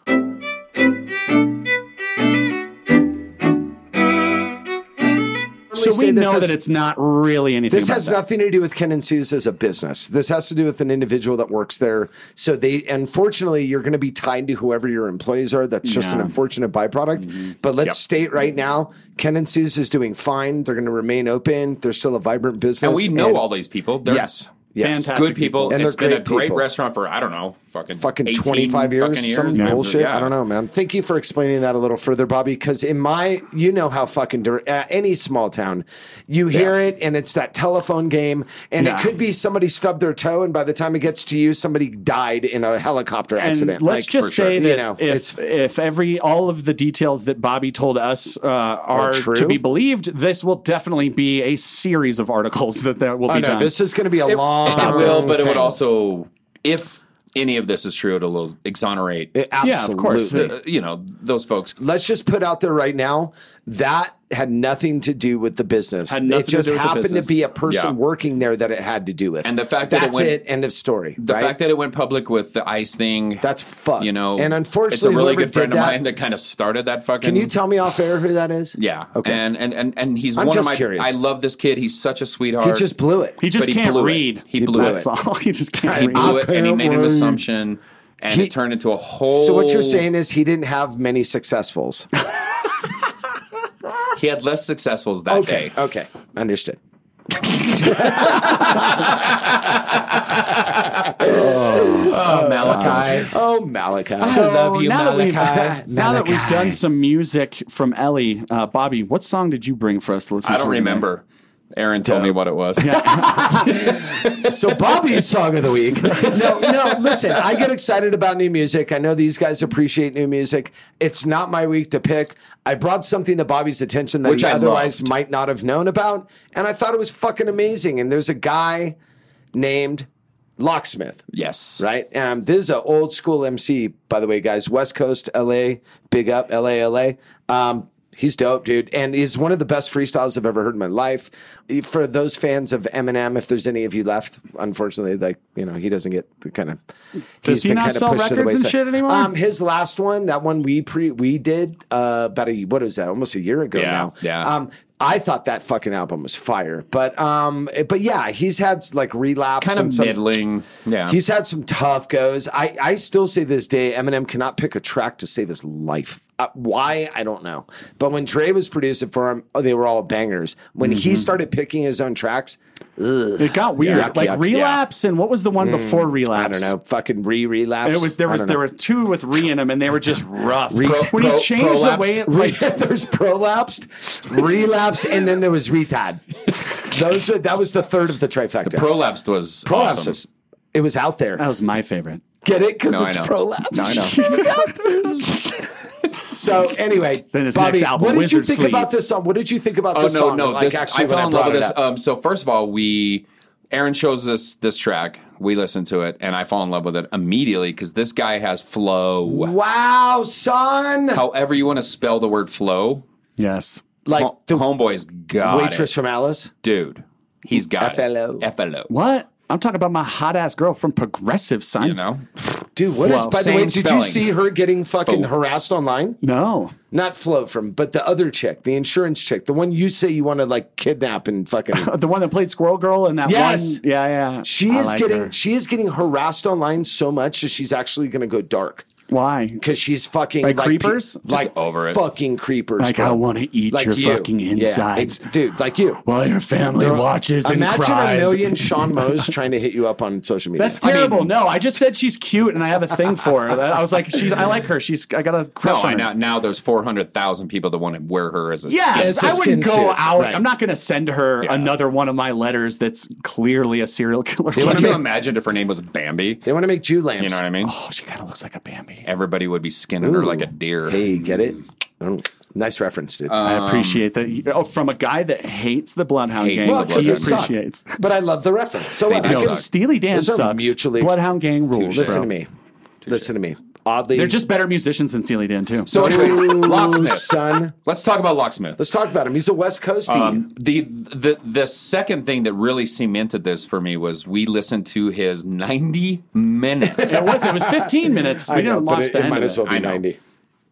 So say we this know has- that it's not really anything. This about has that. nothing to do with Ken and Sue's as a business. This has to do with an individual that works there. So they, unfortunately, you're going to be tied to whoever your employees are. That's just an Yeah. unfortunate byproduct. But let's Yep. state right now, Ken and Sue's is doing fine. They're going to remain open. They're still a vibrant business. And we know all these people. They're Yes. Yes. Fantastic. Good people. And it's they're been a great great people. restaurant for I don't know, fucking Fucking 18 25 years, fucking some Yeah. bullshit. Yeah. I don't know, man. Thank you for explaining that a little further, Bobby. Because in my, you know how fucking dir- uh, any small town, you hear it and it's that telephone game, and Yeah. it could be somebody stubbed their toe, and by the time it gets to you, somebody died in a helicopter accident. And let's Like, just for sure. say that you know, if, if every all of the details that Bobby told us uh, are true. to be believed, this will definitely be a series of articles that, that will oh, be no, done. this is going to be a It, long. it will, but it thing. would also, if any of this is true, it'll exonerate. yeah, of course. Absolutely. uh, you know those folks. let's just put out there right now that had nothing to do with the business. Had nothing it just to do with the happened to business. be a person Yeah. working there that it had to do with. And the fact that it that's went- it. End of story. The right? fact that it went public with the ice thing, that's fucked. you know, and unfortunately, it's a really whoever good friend did of that- mine that kind of started that fucking. Can you tell me off air who that is? Yeah. Okay. And and and, and he's one I'm of just my. curious. I love this kid. He's such a sweetheart. he just blew it. he just but he can't blew it. read. He blew That's it. all. He just can't he read. blew it, and he can't made an read. assumption, and He- it turned into a whole. So what you're saying is he didn't have many successfuls. he had less successfuls that day. Okay. Understood. uh, Oh, Malachi. Oh, Malachi. I love you, now that we've- Malachi. now that we've Malachi. done some music from Ellie, uh, Bobby, what song did you bring for us to listen to? I don't today? remember. Aaron told me what it was. So Bobby's song of the week. No, no, listen, I get excited about new music. I know these guys appreciate new music. It's not my week to pick. I brought something to Bobby's attention that Which he I otherwise loved. might not have known about, and I thought it was fucking amazing. And there's a guy named Locksmith. Yes. Right? Um, this is an old school MC, by the way, guys. West Coast, LA, big up, LA, LA. Um, he's dope, dude. And he's one of the best freestyles I've ever heard in my life. For those fans of Eminem, if there's any of you left, unfortunately, like, you know, he doesn't get the kind of. Does he's he been not kinda sell pushed to the records and wayside. shit anymore? Um, his last one, that one we pre we did uh, about a what was that? Almost a year ago Yeah, now. yeah. Um, I thought that fucking album was fire, but um, but yeah, he's had like relapse, Kind and of some- middling. Yeah. He's had some tough goes. I, I still say this day, Eminem cannot pick a track to save his life. Uh, why? I don't know. But when Dre was producing for him, oh, they were all bangers. When he Mm-hmm. started picking his own tracks, ugh, It got weird. Yuck, like yuck, relapse and what was the one Mm, before I relapse? don't know. Fucking re relapse. It was there was there were two with re in them and they were just rough. Re- when he pro- changed the way it, like, prolapsed- re- there's prolapsed, relapse, and then there was retad. Those are, that was the third of the trifecta. Prolapsed was Prolapse awesome. was- it was out there. that was my favorite. Get it? Because No, I it's know. prolapse. No, I know. It was out there. so anyway, Then his Bobby, next album, what did you Wizard think Sleeve. about this song? What did you think Oh, about this song? Like, actually, I when fell in brought love with it this. up. Um, so first of all, we Aaron shows us this track. We listen to it, and I fall in love with it immediately because this guy has flow. wow, son! However you want to spell the word flow, Yes. like Hom- homeboy's got waitress it. from Alice. dude. He's got FLO. it. FLO. What? I'm talking about my hot ass girl from Progressive, son. You know, Dude, what is? Flow. By the Same way, did you spelling. see her getting fucking Flow. harassed online? No. Not Flo from, but the other chick, the insurance chick, the one you say you want to like kidnap and fucking. The one that played Squirrel Girl and that Yes. one. Yeah, yeah. She I is like getting her. she is getting harassed online so much that she's actually going to go dark Why? because she's fucking Like pe- creepers? Just like over it. fucking creepers. Like, bro. I want to eat your you. fucking Yeah, insides. ex- dude. Like you. While your family watches and Imagine cries. a million Sean Moes trying to hit you up on social media. That's terrible. no, I just said she's cute and I have a thing for her. That- I was like, she's. I like her. She's. I got a no, crush I on her. now, now there's four hundred thousand people that want to wear her as a Yeah, skin. It's a I wouldn't skin go suit. out. Right. I'm not going to send her Yeah. another one of my letters that's clearly a serial killer. They want Like, to imagine if her name was Bambi. they want to make Jew lamps. You know what I mean? oh, she kind of looks like a Bambi. Everybody would be skinning her like a deer. Hey, get it? Mm. Nice reference, Uh, dude. I appreciate that. Oh, from a guy that hates the Bloodhound Hates Gang, the well, Bloodhound he because Gang. it sucked, appreciates. but I love the reference. So what? do I No, suck. just- Steely Dan Those are sucks. mutually- Bloodhound Gang rules. listen bro. to me. Listen to me. Oddly, They're just better musicians than Steely Dan too. So, anyways, Ooh, locksmith. son. Let's talk about locksmith. Let's talk about him. He's a West Coastie. Um, the the the second thing that really cemented this for me was we listened to his 90 minutes. it was it was 15 minutes. We I know, didn't but watch it, the it end might of as well it. be know. ninety.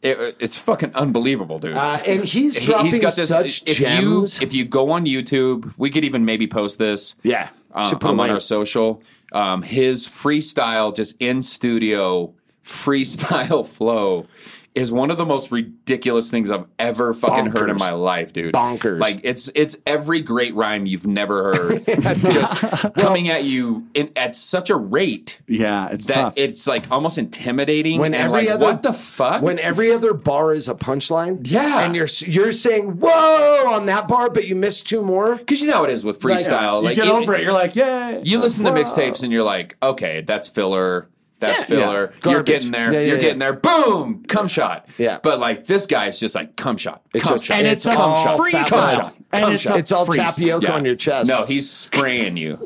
It- it's fucking unbelievable, dude. Uh, and he's He- dropping such if gems. you if you go on YouTube, we could even maybe post this. Yeah. uh, Should put a um, on link. our social. Um, his freestyle, just in studio freestyle flow, is one of the most ridiculous things I've ever fucking heard in Bonkers. my life, dude. Bonkers. Like it's it's every great rhyme you've never heard, just coming at you in, at such a rate Yeah, it's that tough. it's like almost intimidating. when and every like, other what the fuck? when e- every other bar is a punchline Yeah. and you're you're saying whoa on that bar but you missed two more because you know how it is with freestyle. you Like, get even- over it. You're like, yeah. You listen to mixtapes and you're like, okay, that's filler. That's filler. Yeah. You're Garbage. getting there. Yeah, yeah, you're yeah. getting there. Boom, cum shot. Yeah. But like this guy's just like cum shot. Cum just- shot. and it's, It's a all cum freestyle. shot. And Cum it's shot. a It's all freestyle. tapioca. on your chest. No, he's spraying you.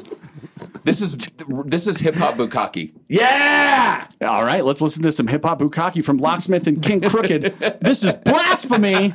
this is this is hip hop bukkake. yeah All right, let's listen to some hip hop bukkake from Locksmith and King Crooked. this is blasphemy.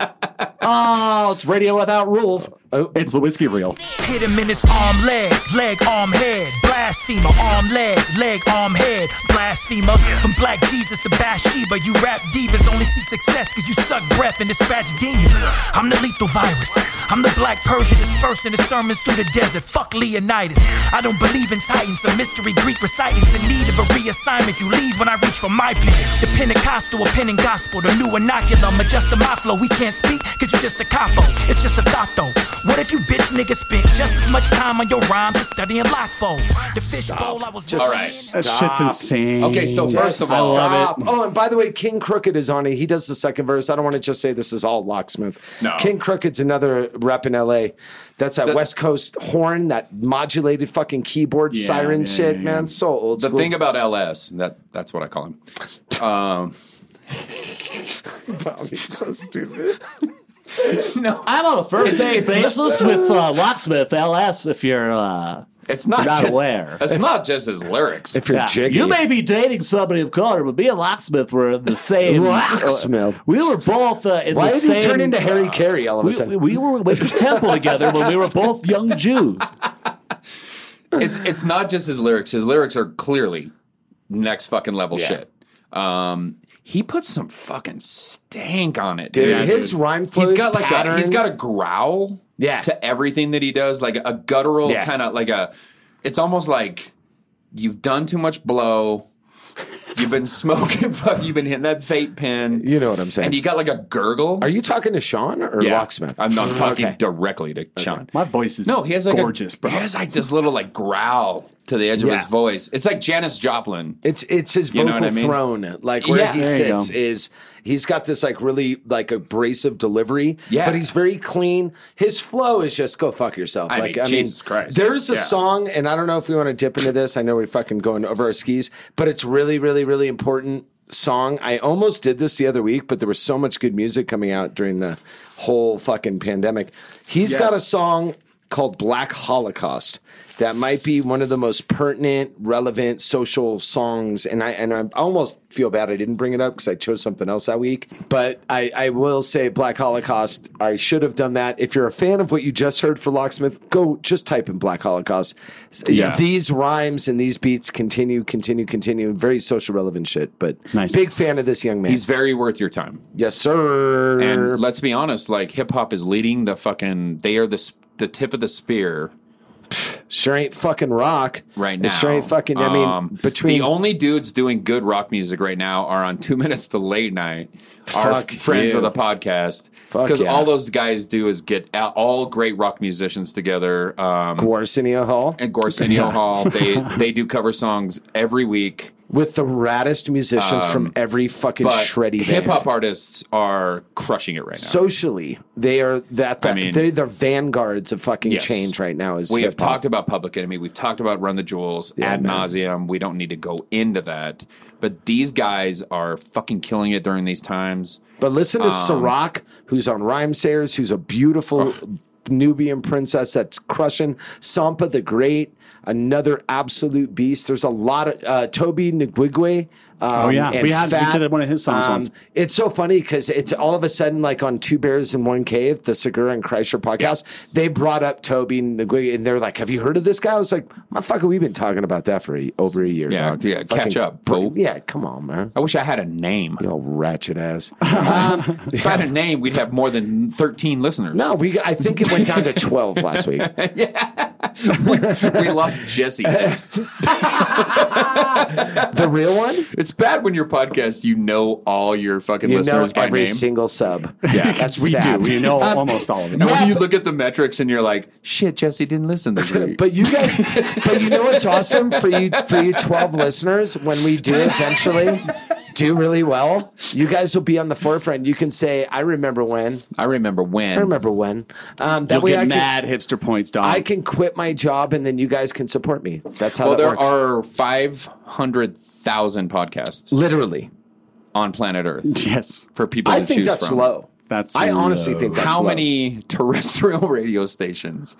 Oh, it's radio without rules. Oh. It's the whiskey reel. Hit him in his arm, leg, leg, arm, head. Blasphemer, arm, leg, leg, arm, head. Blasphemer, from Black Jesus to Bathsheba. You rap divas only see success because you suck breath and dispatch demons. I'm the lethal virus. I'm the black Persian dispersing his sermons through the desert. Fuck Leonidas. I don't believe in titans, a mystery Greek recitants in need of a reassignment. You leave when I reach for my pen. The Pentecostal, a pen and gospel, the new inoculum, adjusting my flow. We can't speak because you just a capo. It's just a thought though. What if you bitch niggas spent just as much time on your rhymes as studying Lockfo? The fishbowl I was All right. That shit's insane. Okay, so first of I all, love Stop. Oh, and by the way, King Crooked is on it. He does the second verse. I don't want to just say this is all locksmith. No. King Crooked's another rep in LA. That's that The- West Coast horn, that modulated fucking keyboard Yeah, siren yeah, shit, yeah, yeah. man. So old The school. thing about LS, that that's what I call him. Um, Bobby's so stupid. no. I'm on a first It's- name it's- basis with uh, Locksmith LS. If you're uh, It's not, You're not just, aware. It's If- not just his lyrics. Yeah. You may be dating somebody of color, but me and Locksmith were in the same. Locksmith. we were both uh, in Why the did same. uh, he turn into uh, Harry Carey all of a we, sudden? We were with the temple together when we were both young Jews. it's it's not just his lyrics. His lyrics are clearly next fucking level Yeah. shit. Um, he puts some fucking stank on it, Dude, dude. his rhyme flow He's is got like a, patterned. he's got a growl, Yeah. to everything that he does, like a guttural Yeah. kind of like a. It's almost like you've done too much blow. You've been smoking, fuck. You've been hitting that vape pen. You know what I'm saying? And you got like a gurgle. Are you talking to Sean or Yeah. Locksmith? I'm not talking Oh, Okay. directly to Sean. My voice is No, he has like gorgeous, a, bro. He has like this little like growl to the edge of Yeah. his voice. It's like Janis Joplin. It's it's his You vocal know what I mean? throne, like where Yeah. he There you sits go. is he's got this like really like abrasive delivery, Yeah. but he's very clean. His flow is just go fuck yourself. I like mean, Jesus Christ. there's a Yeah. song, and I don't know if we want to dip into this. I know we're fucking going over our skis, but it's really really really important song. I almost did this the other week, but there was so much good music coming out during the whole fucking pandemic. He's got a Yes. song called Black Holocaust that might be one of the most pertinent, relevant social songs. And I and I almost feel bad I didn't bring it up because I chose something else that week. But I, I will say Black Holocaust, I should have done that. If you're a fan of what you just heard for Locksmith, go just type in Black Holocaust. S- Yeah. These rhymes and these beats continue, continue, continue. Very social relevant shit. But big fan of this young man. He's very worth your time. yes, sir. And let's be honest, like hip hop is leading the fucking. They are the s- the tip of the spear sure ain't fucking rock. right now. It sure ain't fucking I mean Um, between the only dudes doing good rock music right now are on Two Minutes to Late Night. Our Fuck friends you. of the podcast, Fuck because yeah. all those guys do is get out all great rock musicians together. Um, Guarcinio Hall and Gorsenio Yeah. Hall. They they do cover songs every week. with the raddest musicians from Um, every fucking But shreddy hip band. hop artists are crushing it right now. Socially, they are that. that I mean- they're the vanguards of fucking Yes. change right now. Is we have hip-hop. talked about Public Enemy. We've talked about Run the Jewels ad nauseum. We don't need to go into that. But these guys are fucking killing it during these times. But listen to Um, Sirach, who's on Rhymesayers, who's a beautiful Nubian princess that's crushing. Sampa the Great, another absolute beast. There's a lot of uh, Toby Nguigwe. um, Oh, yeah. and We had- we Fat. Um, did one of his songs once. It's so funny because it's all of a sudden like on Two Bears in One Cave, the Segura and Kreischer podcast. They brought up Toby Nguigwe and they're like, "Have you heard of this guy?" I was like, "Motherfucker, we've been talking about that for a, over a year." Yeah, dog. yeah, catch up, fool. Yeah, come on, man. I wish I had a name. You all ratchet ass. Uh, If I had a name, we'd have more than 13 listeners. No, we. I think it went down to twelve last week. We lost Jesse. The real one. It's bad when your podcast, you know all your fucking You know listeners by every name. single sub. Yeah. that's we sad. Um, do. We know almost all of it. And when you look at the metrics and you're like, shit, Jesse didn't listen this week. But you guys, but you know what's awesome for you for you twelve listeners when we do eventually do really well, you guys will be on the forefront. You can say, "I remember when." I remember when. I remember when. Um, that You'll way, get I can, mad hipster points, dog. I can quit my job, and then you guys can support me. That's how Well, that there works. are 500,000 podcasts Literally, on planet Earth yes. for people I to think choose that's from. low. That's I honestly low. think that's How low. many terrestrial radio stations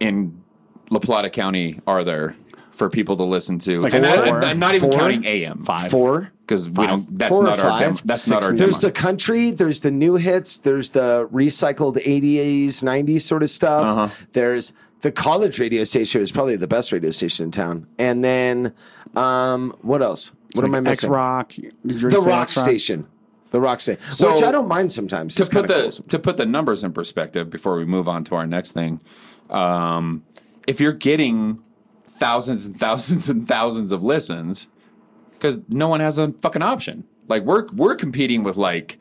in La Plata County are there for people to listen to? Like and I, four, I'm- I'm not even four, counting AM. Five. four? Because we don't. That's Four or not our. Demo, five? that's not our. Demo. There's the country, there's the new hits, there's the recycled 80s, 90s sort of stuff. Uh-huh. There's the college radio station is probably the best radio station in town. And then um, what else? What am I X missing? Rock. The rock station. The rock station. So, Which I don't mind sometimes. to It's put kinda the cool. to put the numbers in perspective before we move on to our next thing. Um, if you're getting thousands and thousands and thousands of listens, because no one has a fucking option. Like we're we're competing with like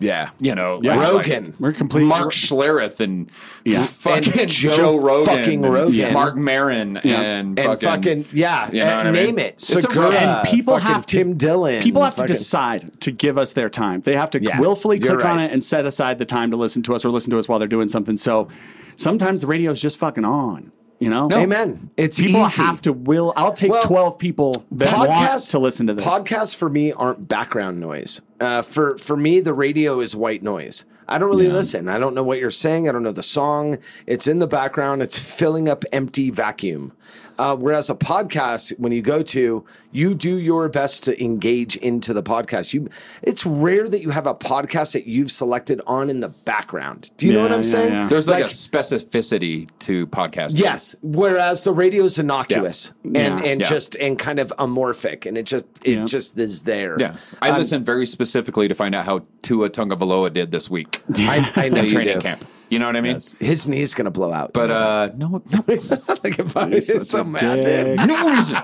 Yeah. you know Yeah. like- Rogan. like We're complete- Mark Schlereth and Yeah. fucking And Joe, Joe Rogan, fucking and Rogan. Mark Marin Yeah. and, And fucking, yeah, you know and what I mean? name it. It's a Segura, rough- and people fucking have to- Tim Dillon. People have to fucking- decide to give us their time. They have to Yeah, willfully you're click on right. it and set aside the time to listen to us or listen to us while they're doing something. So sometimes the radio's just fucking on. You know? Amen. It's people easy. have to will. I'll take Well, twelve people that want to listen to this. Podcasts for me aren't background noise. Uh, for for me, the radio is white noise. I don't really listen. I don't know what you're saying. I don't know the song. It's in the background. It's filling up empty vacuum. Uh, whereas a podcast, when you go to, you do your best to engage into the podcast. You, it's rare that you have a podcast that you've selected on in the background. Do you know what I'm saying? There's like, a specificity to podcasting. Yes. Whereas the radio's innocuous Yeah. and, Yeah. and Yeah. just and kind of amorphic and it just it just is there. Yeah. I Um, listen very specifically to find out how Tua Tungavaloa did this week. I, I know at you training do. camp. You know what I mean? His knee's gonna blow out. But uh no no like if I it's so mad dude. No reason.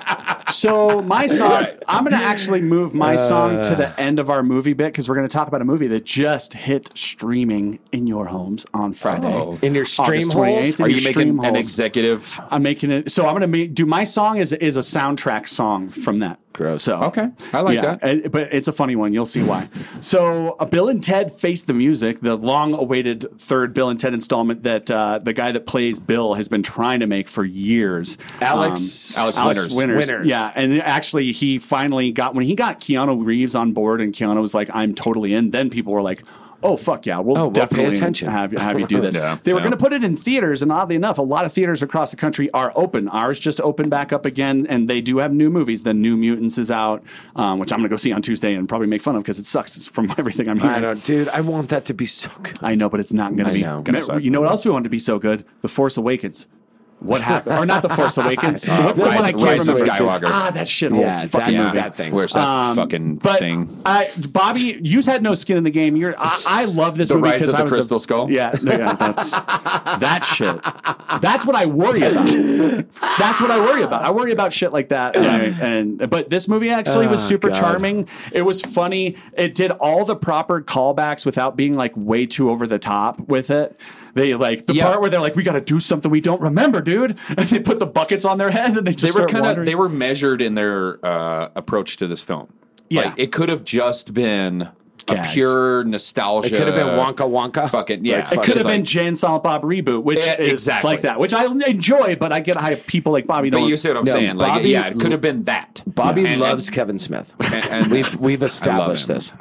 So my song, I'm going to actually move my song to Uh. the end of our movie bit because we're going to talk about a movie that just hit streaming in your homes on Friday. Oh. In your stream August holes? 28th, in Are your you stream making an holes. executive I'm making it. So I'm gonna make do my song is is a soundtrack song from that. Gross. So Okay. I like that. and- but it's a funny one. You'll see why. so uh, Bill and Ted Face the Music, the long-awaited third Bill and Ted installment that uh, the guy that plays Bill has been trying to make for years. Um, Alex- Alex, Winters. Alex Winters. Winters. Yeah, and actually, he finally got when he got Keanu Reeves on board, and Keanu was like, "I'm totally in." Then people were like. Oh fuck yeah! We'll Oh, well, pay definitely attention. have you have you do this. Yeah, they were yeah. going to put it in theaters, and oddly enough, a lot of theaters across the country are open. Ours just opened back up again, and they do have new movies. The New Mutants is out, um, which I'm going to go see on Tuesday and probably make fun of because it sucks It's from everything I'm hearing. I know, dude. I want that to be so good. I know, but it's not going I to be. know. Gonna- Suck. you know what else we want to be so good? The Force Awakens. What happened? or not the Force Awakens? Uh, What's the Rise- one I can't Rise of remember? Skywalker. Ah, that shithole. Yeah, fucking that- movie. yeah, that thing. Where's that fucking but thing? I, Bobby, you had no skin in the game. You're. I, I love this The movie Rise of because the I was Crystal a, Skull? Yeah, no, yeah, that's that shit. That's what I worry about. That's what I worry about. I worry about shit like that. And, I- and- but this movie actually was Ah, Oh, super God. charming. It was funny. It did all the proper callbacks without being like way too over the top with it. They like the part where they're like, "We got to do something we don't remember, dude," and they put the buckets on their head and they they just were start kind of wandering. they were measured in their uh, approach to this film. Yeah, it could have just been Gags. a pure nostalgia. It could have been Wonka Wonka. Fucking yeah, it could have It's like- been Jay and Silent Bob reboot, which Yeah, is exactly. like that, which I enjoy, but I get how people like Bobby But don't. you see what I'm saying? Like, yeah, it could have been that. Bobby Yeah. And- loves and- Kevin Smith. And, and we've we've established him. this.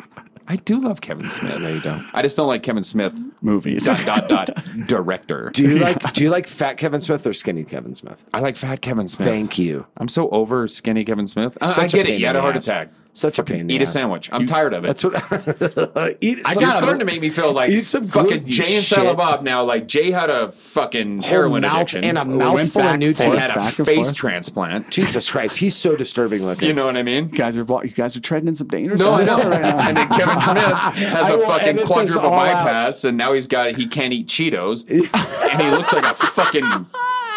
I do love Kevin Smith. No, you don't. I just don't like Kevin Smith movies. Dot dot dot director. Do you like do you like fat Kevin Smith or skinny Kevin Smith? I like fat Kevin Smith. Thank you. I'm so over skinny Kevin Smith. I- Such a I get pain it. You had a in the heart ass. attack. Such a pain. in the Eat a ass. sandwich. I'm tired of it. That's what. eat. I some- got starting to make me feel like Eat some fucking good, you Jay and shit. Silent Bob now. Like Jay had a fucking Whole heroin mouth addiction and a mouthful of back new forth, teeth. had a Back and face forth. transplant. Jesus Christ, he's so disturbing looking. You know what I mean? You guys are you guys are treading in some dangerous. No, I territory know. right now. and then Kevin Smith has I a will edit fucking this quadruple all out. bypass, and now he's got he can't eat Cheetos, and he looks like a fucking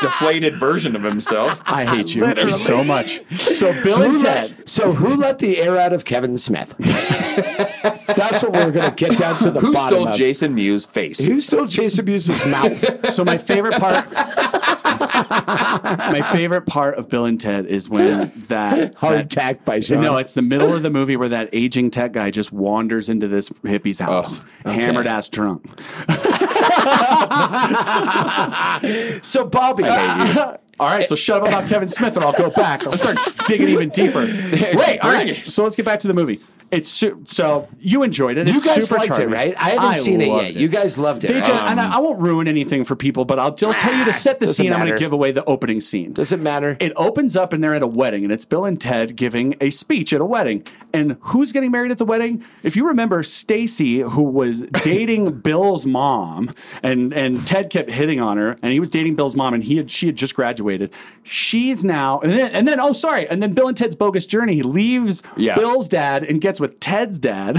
deflated version of himself. I hate you so much. So Bill and Who Ted. let- so who let the air out of Kevin Smith? That's what we're gonna get down to the Who bottom stole of. Jason Mew's face? Who stole Jason Muse's mouth? So my favorite part. my favorite part of Bill and Ted is when that Hard that- attack by Sean. No, it's the middle of the movie where that aging tech guy just wanders into this hippie's house, hammered ass drunk. so Bobby, All right, so shut up about Kevin Smith, and I'll go back. I'll start digging even deeper. Wait, all right. So let's get back to the movie. It's su- so you enjoyed it. you It's guys super liked charming. it, right? I haven't seen it loved yet. You guys loved it. They right? ju- and Um, I, I won't ruin anything for people, but I'll, I'll tell you to set the Ah, Doesn't scene. I'm going matter. to give away the opening scene. Doesn't matter. It opens up and they're at a wedding, and it's Bill and Ted giving a speech at a wedding. And who's getting married at the wedding? If you remember, Stacy, who was dating Bill's mom, and and Ted kept hitting on her, and he was dating Bill's mom, and he had she had just graduated. She's now, and then, and then oh sorry, and then Bill and Ted's bogus journey leaves Yeah. Bill's dad and gets with Ted's dad.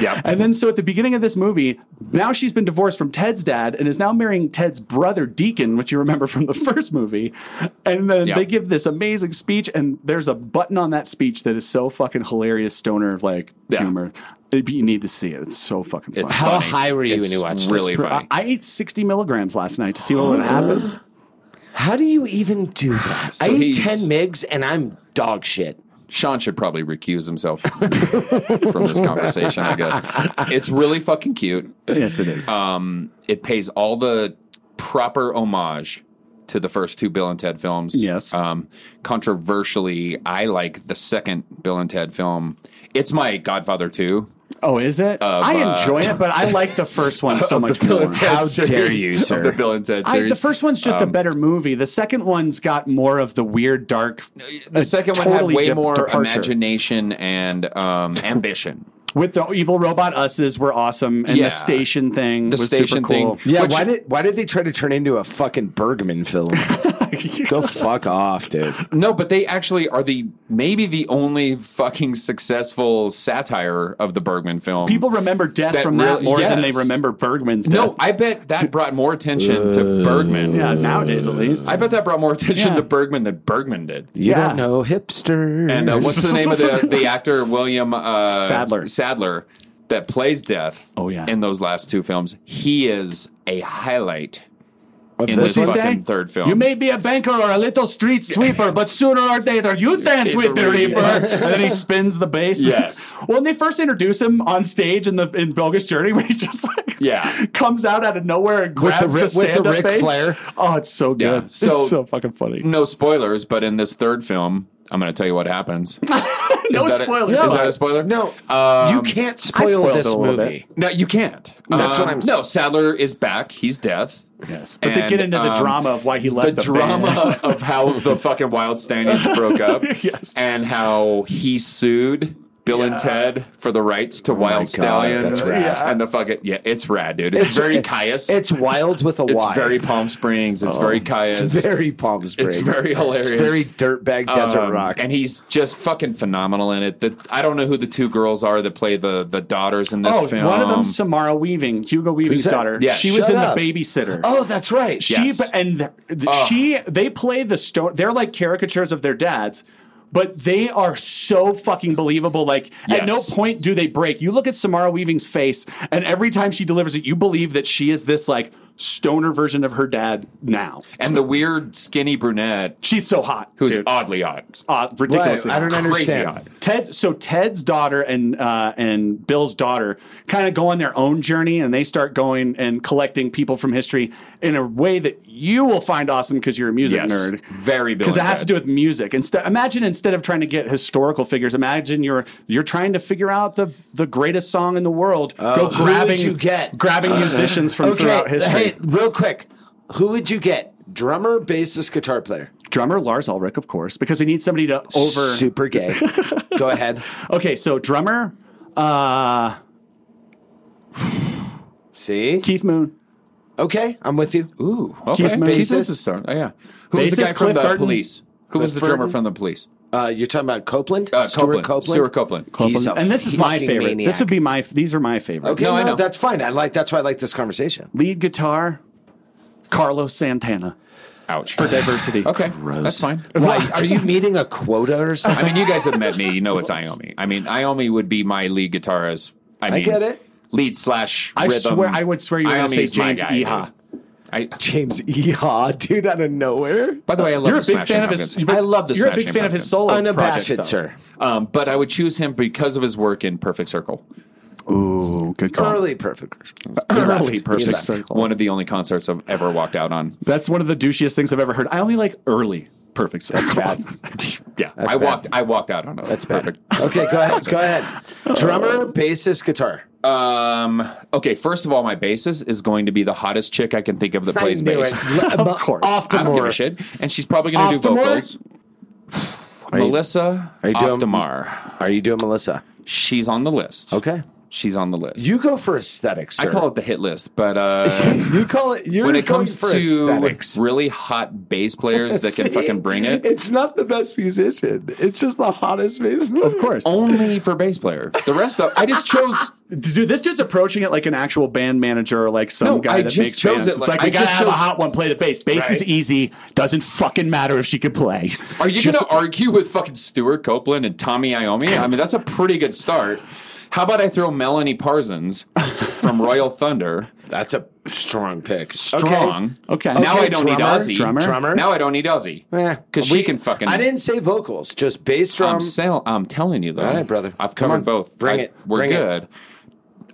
Yep. And then so at the beginning of this movie, now she's been divorced from Ted's dad and is now marrying Ted's brother Deacon, which you remember from the first movie. And then Yeah. they give this amazing speech, and there's a button on that speech that is so fucking hilarious, stoner like Yeah. humor. It- you need to see it. It's so fucking funny. It's How funny. high were you It's when you watched it? Really It's pr- funny. I, I ate 60 milligrams last night to see what would happen. How do you even do that? So I ate he's- ten migs and I'm dog shit. Sean should probably recuse himself from this conversation. I guess it's really fucking cute. yes, it is. Um, it pays all the proper homage to the first two Bill and Ted films. Yes. Um, controversially, I like the second Bill and Ted film. It's my Godfather 2. Oh, is it? Of, I uh, enjoy it, but I like the first one so of much the Bill more. and Ted series- Of the Bill and Ted I, series. the first one's just a Um, better movie. The second one's got more of the weird, dark. The second one totally had way de- more departure. imagination and um, ambition. With the evil robot uses were awesome, and Yeah. the station thing, The was station super cool. thing. Yeah, why did why did they try to turn into a fucking Bergman film? Go fuck off, dude. No, but they actually are the maybe the only fucking successful satire of the Bergman film. people remember death That from that really- more than they yes. remember Bergman's death? No, I bet that brought more attention to Bergman. Yeah, nowadays at least. I bet that brought more attention Yeah. to Bergman than Bergman did. You don't know hipster. And uh, what's the name of the, the actor William uh, Sadler. Sadler that plays Death. Oh yeah, in those last two films, he is a highlight in What's this he fucking say? third film. You may be a banker or a little street sweeper, but sooner or later you dance with the reaper. and then he spins the bass. Yes. Well, when they first introduce him on stage in the in Bogus Journey, where he just like yeah comes out out of nowhere and With the grabs Ric- the, with the stand-up Ric bass. Flair. Oh, it's so good. Yeah. So- it's so fucking funny. no spoilers, but in this third film, I'm going to tell you what happens. no that a- spoilers. Is that a spoiler? No. you can't I spoil spoiled this a little movie. No, you can't. Um, That's what I'm No, Sadler is back. He's death. um, Yes, but they get into the drama of why he left the, the drama band. of how the fucking Wild Stallions broke up. Yes. and how he sued. Bill and Ted for the rights to Wild Stallions. Oh that's rad. Yeah. And the fucking, yeah, it's rad, dude. It's, very Caius. It's wild with a It's Y. very Palm Springs. It's very Caius. It's very Palm Springs. It's very hilarious. It's very dirtbag desert Um, rock. and he's just fucking phenomenal in it. The, I don't know who the two girls are that play the the daughters in this Oh, film. one of them's Samara Weaving, Hugo Weaving's that? daughter. Yeah. she was Shut in up. the babysitter. oh, that's right. She Yes. and th- th- she they play the stone. They're like caricatures of their dads. But they are so fucking believable. Like, at no Yes. point do they break. You look at Samara Weaving's face, and every time she delivers it, you believe that she is this, like, stoner version of her dad now. and the weird skinny brunette She's so hot. who's dude. oddly hot. Uh, ridiculously. Right, I hot. don't understand. Crazy hot. Ted's so Ted's daughter and uh, and Bill's daughter kind of go on their own journey, and they start going and collecting people from history in a way that you will find awesome because you're a music Yes. nerd. Very Bill Because it and has to Ted. do with music. Instead, imagine instead of trying to get historical figures, imagine you're you're trying to figure out the the greatest song in the world. go who would you get? grabbing musicians from throughout history. Hey, real quick, who would you get? Drummer, bassist, guitar player. Drummer Lars Ulrich, of course, because we need somebody to over super gay. Go ahead. Okay, so drummer, uh, See? Keith Moon. Okay, I'm with you. Ooh, okay. Keith Moon. Keith Bassist. is the star. Oh, yeah. Who was the Bassist guy from Cliff the Burton. police? Who was the Cliff drummer Burton. from the police? Uh, you're talking about Copeland? Uh, Stuart Copeland. Stuart Copeland. He's a and this is my fucking favorite. maniac. This would be my. These are my favorite. Okay, No, no, I know. that's fine. I like that's why I like this conversation. Lead guitar, Carlos Santana Ouch. for diversity. Okay, that's fine. Why are you meeting a quota or something? I mean, you guys have met me. You know it's Iomi. I mean, Iomi would be my lead guitarist. I, mean, get it. Lead slash I rhythm. swear, I would swear you were gonna Iommi say is my James guy, Iha. dude. I, James Eha, dude, out of nowhere. by the way, I love You're a the big Smashing fan of Pumpkins. his. I love the You're a Smashing big fan of his Pumpkins. solo Unabashed, project, though. sir. Um, but I would choose him because of his work in Perfect Circle. Ooh, good call. Early perfect. Early perfect left. circle. One of the only concerts I've ever walked out on. That's one of the douchiest things I've ever heard. I only like early perfect circle. Yeah, I bad. walked. I walked out on it. That's perfect. Okay, go ahead. Go ahead. Drummer, bassist, guitar. Um, okay, first of all, my bassist is going to be the hottest chick I can think of that I plays knew bass. it. of course. I don't give a shit, and she's probably going to do Oftamore? vocals. Melissa are you doing- Oftamar. Are you doing Melissa? She's on the list. Okay. she's on the list. You go for aesthetics. I Sir. call it the hit list, but uh, you call it. You're when it going comes for to aesthetics. really hot bass players that can See? fucking bring it, It's not the best musician. It's just the hottest musician. Of course. only for bass player. The rest of I just chose. Dude, this dude's approaching it like an actual band manager or like some No, guy I that just makes chose bands. it It's like- like, I I gotta just have a chose- hot one play the bass. Bass is Right. easy. Doesn't fucking matter if she can play. Are you Just- going to argue with fucking Stuart Copeland and Tommy Iommi? I mean, that's a pretty good start. How about I throw Melanie Parsons from Royal Thunder? That's a strong pick. Strong. Okay. Now Okay, I don't need drummer, Ozzy. drummer. Drummer. Now I don't need Ozzy. Eh, Because we- she can fucking. I didn't say vocals, just bass drum. I'm, sell, I'm telling you though. All right, brother. I've Come covered on. both. Bring I- it. We're Bring it. good.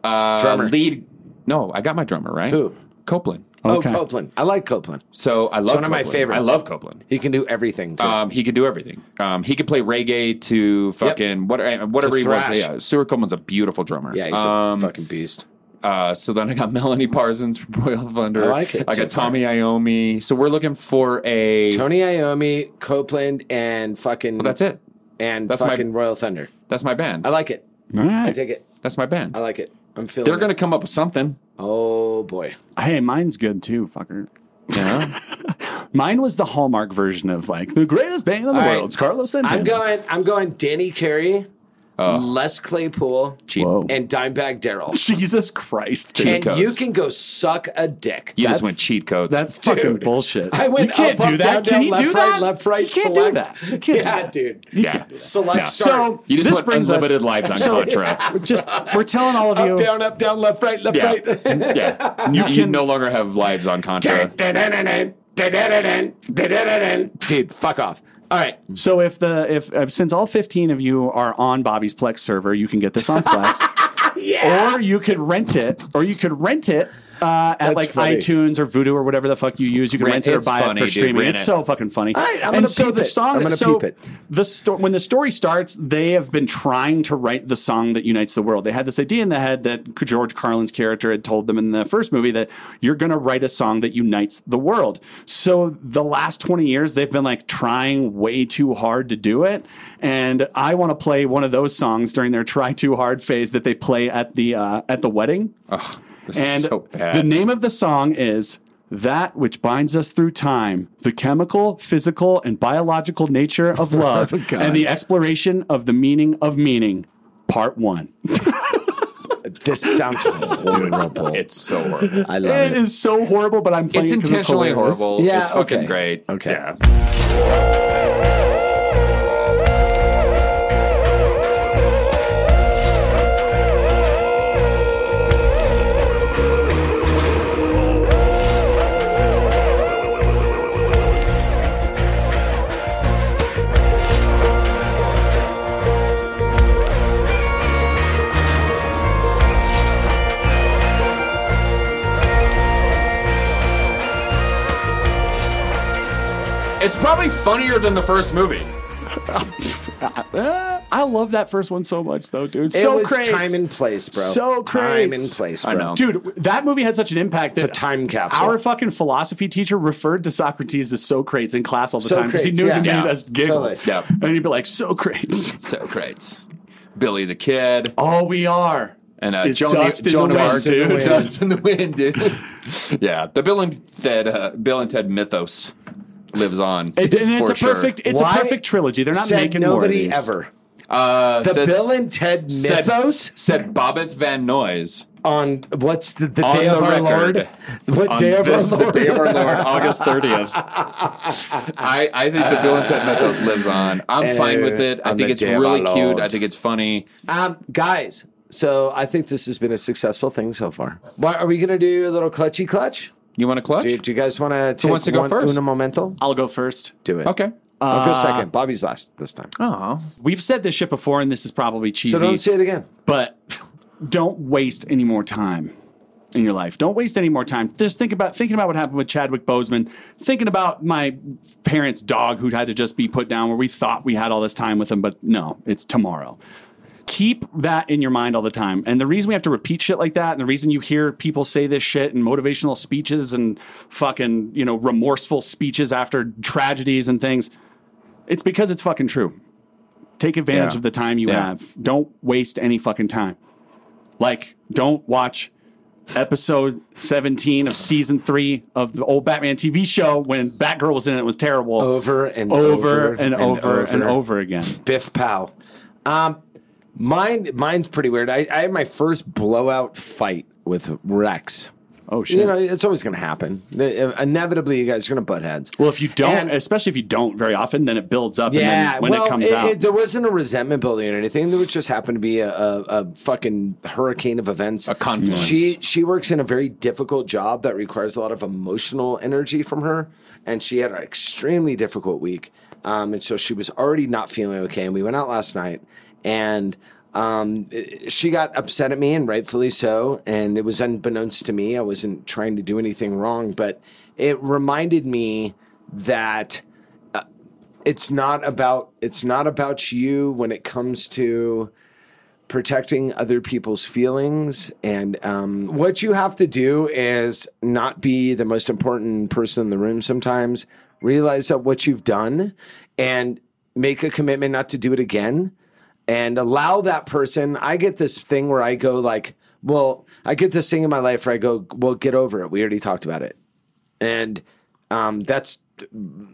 Uh, Drummer. Lead. No, I got my drummer right. Who? Copeland. Oh, Copeland. I like Copeland. So I It's love one of my Copeland. favorites. I love Copeland. He can do everything. Too. Um, he could do everything. Um, he could play reggae to fucking what, eh, whatever To he wants. thrash. Yeah, Stuart Copeland's a beautiful drummer. Um, Yeah, he's a fucking beast. Uh, so then I got Melanie Parsons from Royal Thunder. I like it I so got Tommy Iommi. So we're looking for a Tony Iommi, Copeland, and fucking. that's it. And That's my- fucking Royal Thunder. That's my band. I like it. All right. I dig it. That's my band. I like it. I'm feeling. They're it. going to come up with something. Oh boy. Hey, mine's good too, fucker. Mine was the Hallmark version of like the greatest band in the All right. world. It's Carlos Santana. I'm going. I'm going. Danny Carey, Oh. Les Claypool, Cheap. Whoa. and Dimebag Daryl. Jesus Christ. dude. and you can go suck a dick. You just went cheat codes. That's fucking bullshit. I went You can't up, do up, down, that. down, can you left, do right, that? left, right, You can't select. do that. You can't do yeah, that. dude. Yeah. Select No. start. You just this put brings us- unlimited lives on So- Contra. We're just we're telling all of you. Up, down, up, down, left, right, left, Yeah. right. yeah. You, you no longer have lives on Contra. Dude, fuck off. All right. So if the if uh, since all 15 of you are on Bobby's Plex server, you can get this on Plex. Or you could rent it, or you could rent it uh, That's at like funny. iTunes or Voodoo or whatever the fuck you use. You can rent, Rent- it or it's buy funny, it for dude, streaming. rent It's it. so fucking funny. All right, I'm gonna and so peep the it. song, I'm gonna so peep it. the sto- when the story starts, they have been trying to write the song that unites the world. They had this idea in the head that George Carlin's character had told them in the first movie that you're going to write a song that unites the world. So the last 20 years, they've been like trying way too hard to do it. And I want to play one of those songs during their try too hard phase that they play at the uh, at the wedding. This is And so bad. the name of the song is That Which Binds Us Through Time, the chemical, physical, and biological nature Oh of love, and the exploration of the meaning of meaning, part one. This sounds horrible. it's so horrible. I love It it. is so horrible, but I'm playing It's it 'cause intentionally hilarious. horrible. Yeah, it's fucking okay. great. Okay. Yeah. It's probably funnier than the first movie. Uh, I love that first one so much, though, dude. It so was crazy. time and place, bro. So crazy. Time and place, bro. I know. Dude, that movie had such an impact It's that a time capsule. Our fucking philosophy teacher referred to Socrates as Socrates in class all the time because he Socrates, knew it yeah. would Yeah. made us giggle. Totally. Yeah. And he'd be like, Socrates. So great. Billy the Kid All we are. and uh, is Joan, dust in Joan the of wind, Arc. dude. Dust in the wind, dude. yeah, the Bill and Ted, uh, Bill and Ted mythos lives on. It- and it's for a perfect it's Why a perfect trilogy. They're not Said making more of nobody these. ever. Uh, The said- Bill and Ted said- mythos said Bobbeth Van Noyes. on what's the, the On day of the our record. Lord? What on day of our this, the Lord? day of our Lord, August 30th. I, I think the Bill and Ted mythos lives on. I'm fine with it. I on think the it's day of really our cute. Lord. I think it's funny. Um, guys, so I think this has been a successful thing so far. What are we gonna do? A little clutchy clutch? You want to clutch? Do, do you guys want to take wants to go one, first? Uno momento. I'll go first. Do it. okay. I'll Uh, go second. Bobby's last this time. Oh, We've said this shit before, and this is probably cheesy. so don't say it again. but don't waste any more time in your life. Don't waste any more time. Just think about thinking about what happened with Chadwick Boseman, thinking about my parents' dog who had to just be put down where we thought we had all this time with him, but no, it's tomorrow. Keep that in your mind all the time. And the reason we have to repeat shit like that, and the reason you hear people say this shit in motivational speeches and fucking, you know, remorseful speeches after tragedies and things, it's because it's fucking true. Take advantage Yeah. of the time you Yeah. have. Don't waste any fucking time. Like, don't watch episode 17 of season three of the old Batman TV show when Batgirl was in it. It was terrible. Over and over, over and, and over, and over. over again. Biff Pow. Um, mine, mine's pretty weird. I, I had my first blowout fight with Rex. Oh, shit. You know, it's always going to happen. uh, Inevitably, you guys are going to butt heads. well, if you don't, And- especially if you don't very often, then it builds up. and then when well, it comes out, there wasn't a resentment building or anything. There was just happened to be a, a, a fucking hurricane of events. A confluence. She she works in a very difficult job that requires a lot of emotional energy from her, and she had an extremely difficult week. Um, and so she was already not feeling okay. And we went out last night, and Um, she got upset at me, and rightfully so. And it was unbeknownst to me. I wasn't trying to do anything wrong, but it reminded me that uh, it's not about it's not about you when it comes to protecting other people's feelings. And um, what you have to do is not be the most important person in the room sometimes, realize that what you've done and make a commitment not to do it again and allow that person. I get this thing where I go, like, well, I get this thing in my life where I go, well, get over it. We already talked about it. And um, that's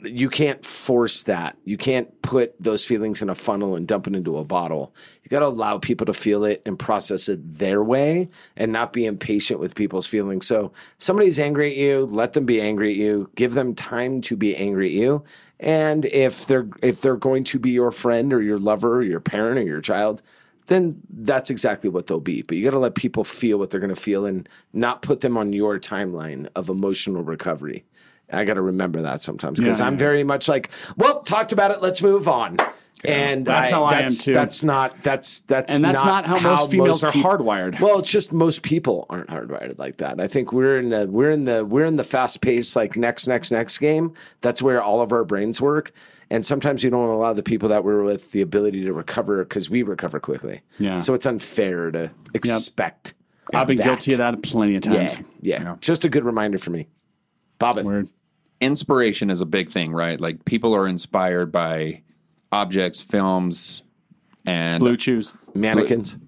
you can't force that. You can't put those feelings in a funnel and dump it into a bottle. You got to allow people to feel it and process it their way and not be impatient with people's feelings. So, somebody's angry at you, let them be angry at you. Give them time to be angry at you. And if they're if they're going to be your friend or your lover or your parent or your child, then that's exactly what they'll be. But you got to let people feel what they're going to feel and not put them on your timeline of emotional recovery. I got to remember that sometimes because Yeah, I'm yeah. very much like, well, talked about it. Let's move on. And That's how I am, that's, too. That's not. That's that's And that's not how most females are peop- hardwired. Well, it's just most people aren't hardwired like that. I think we're in the we're in the we're in the fast paced like next next next game. That's where all of our brains work. And sometimes we don't allow the people that we're with the ability to recover because we recover quickly. Yeah. So it's unfair to expect. I've been guilty of that plenty of times. Yeah. Yeah. Just a good reminder for me. Bobbit. Inspiration is a big thing, right? Like people are inspired by objects, films, and Blue chews, mannequins,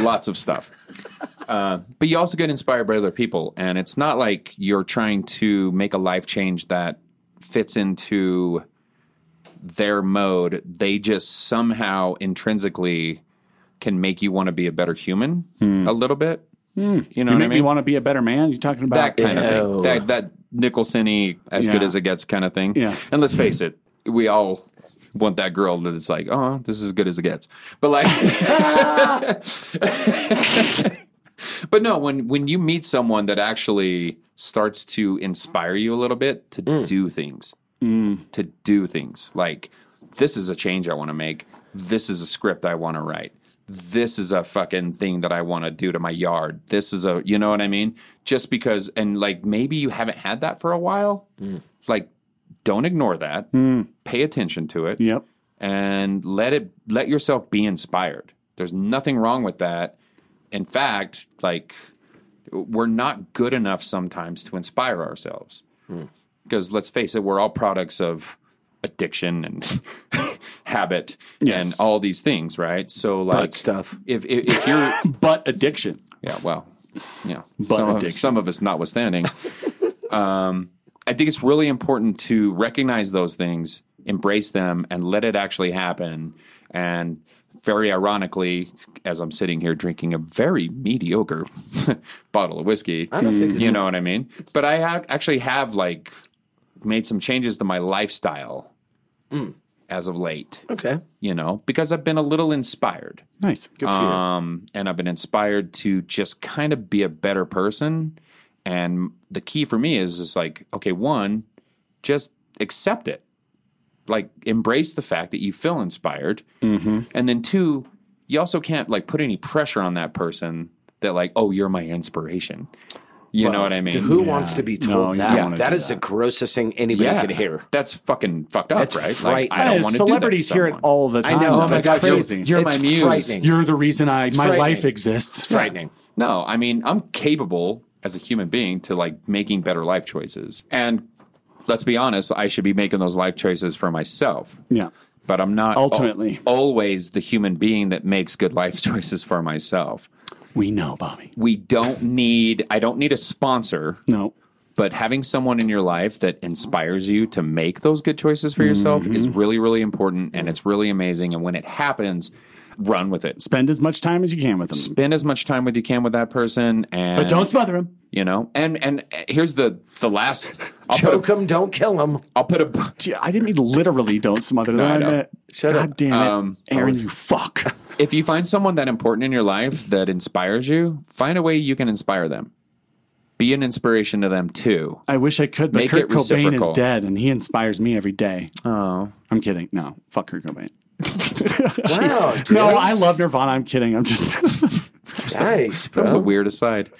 lots of stuff. Uh, but you also get inspired by other people, and it's not like you're trying to make a life change that fits into their mode. They just somehow intrinsically can make you want to be a better human a little bit. You know Hmm. you what make I me mean? want to be a better man. You're talking about that kind of Ew. thing. That that Nicholson-y, as good Yeah. as it gets kind of thing. Yeah. And let's face it, we all want that girl that it's like, oh, this is as good as it gets. But like But no, when when you meet someone that actually starts to inspire you a little bit to do things. Mm. To do things. Like this is a change I want to make. This is a script I want to write. This is a fucking thing that I want to do to my yard. This is a, you know what I mean? Just because, and like maybe you haven't had that for a while. Like, don't ignore that. Pay attention to it. Yep. And let it, let yourself be inspired. There's nothing wrong with that. In fact, like, we're not good enough sometimes to inspire ourselves Hmm. because let's face it, we're all products of addiction and habit Yes. and all these things, right? So like stuff. If if, if you're butt addiction, yeah, well, yeah, Butt some of, addiction. some of us notwithstanding, um, I think it's really important to recognize those things, embrace them, and let it actually happen. And very ironically, as I'm sitting here drinking a very mediocre bottle of whiskey, I don't think it's- you know what I mean. But I ha- actually have like made some changes to my lifestyle Mm. as of late. Okay. You know, because I've been a little inspired. Nice. Good for you. Um, and I've been inspired to just kind of be a better person. And the key for me is is like, okay, one, just accept it. Like embrace the fact that you feel inspired. Mm-hmm. And then two, you also can't like put any pressure on that person that like, oh, you're my inspiration. You know Well, what I mean? Who wants to be told that? that is the grossest thing anybody Yeah. could hear. That's fucking fucked up, That's right? frightening. I don't As want to Celebrities do that to hear it someone. all the time. I know. Oh my That's God, you're- crazy. you're my It's muse. frightening. You're the reason I It's my frightening. life exists. Yeah. No, I mean, I'm capable as a human being to like making better life choices. And let's be honest, I should be making those life choices for myself. Yeah. But I'm not al- Ultimately. always the human being that makes good life choices for myself. We know, Bobby. We don't need I don't need a sponsor. No. But having someone in your life that inspires you to make those good choices for yourself Mm-hmm. is really, really important and it's really amazing. And when it happens, run with it. Spend as much time as you can with them. Spend as much time with you can with that person and But don't smother him. you know and and uh, here's the the last I'll Choke him, don't kill him. I'll put a Gee, I didn't mean literally don't smother them. No, I I know. meant- God damn it. Aaron, you fuck. if you find someone that important in your life that inspires you find a way you can inspire them be an inspiration to them too I wish I could, but Make Kurt it Cobain is reciprocal. dead and he inspires me every day. Oh. I'm kidding. No, fuck Kurt Cobain. Jesus, dude. no, I love Nirvana. I'm kidding. I'm just. Nice, That was a Oh. bro. weird aside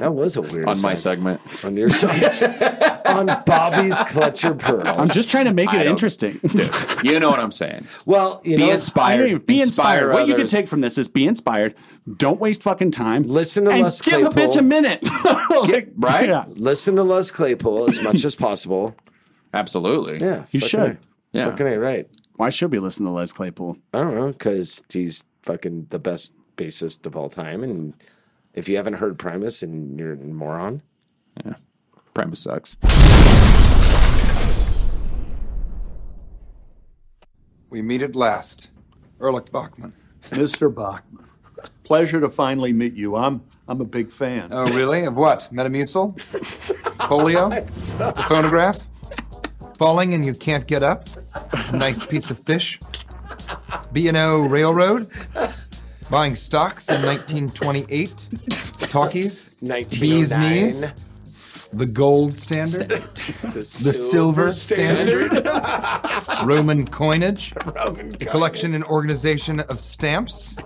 That was a weird. on my segment. On your side. on Bobby's Clutcher Pearls. I'm just trying to make I it don't- interesting. You know what I'm saying? Well, you You know, know, inspired. I mean, be inspired. Inspire What you can others. take from this is be inspired. Don't waste fucking time. Listen to and Les give a Claypool. bitch a minute. Like, right? Yeah. listen to Les Claypool as much as possible. Absolutely. Yeah, You fucking should. A. Yeah. Fucking a, right. Why should we listen to Les Claypool? I don't know because he's fucking the best bassist of all time, and if you haven't heard Primus, and you're a moron. Primus sucks. We meet at last. Erlich Bachman. Mr. Bachman. Pleasure to finally meet you. I'm I'm a big fan. Oh, really? Of what? Metamucil? Polio? the phonograph? Falling and you can't get up? Nice piece of fish? B&O Railroad? Buying stocks in 1928? Talkies? Bees 1909. knees? The gold standard? The, The silver standard? Roman coinage? The collection and organization of stamps?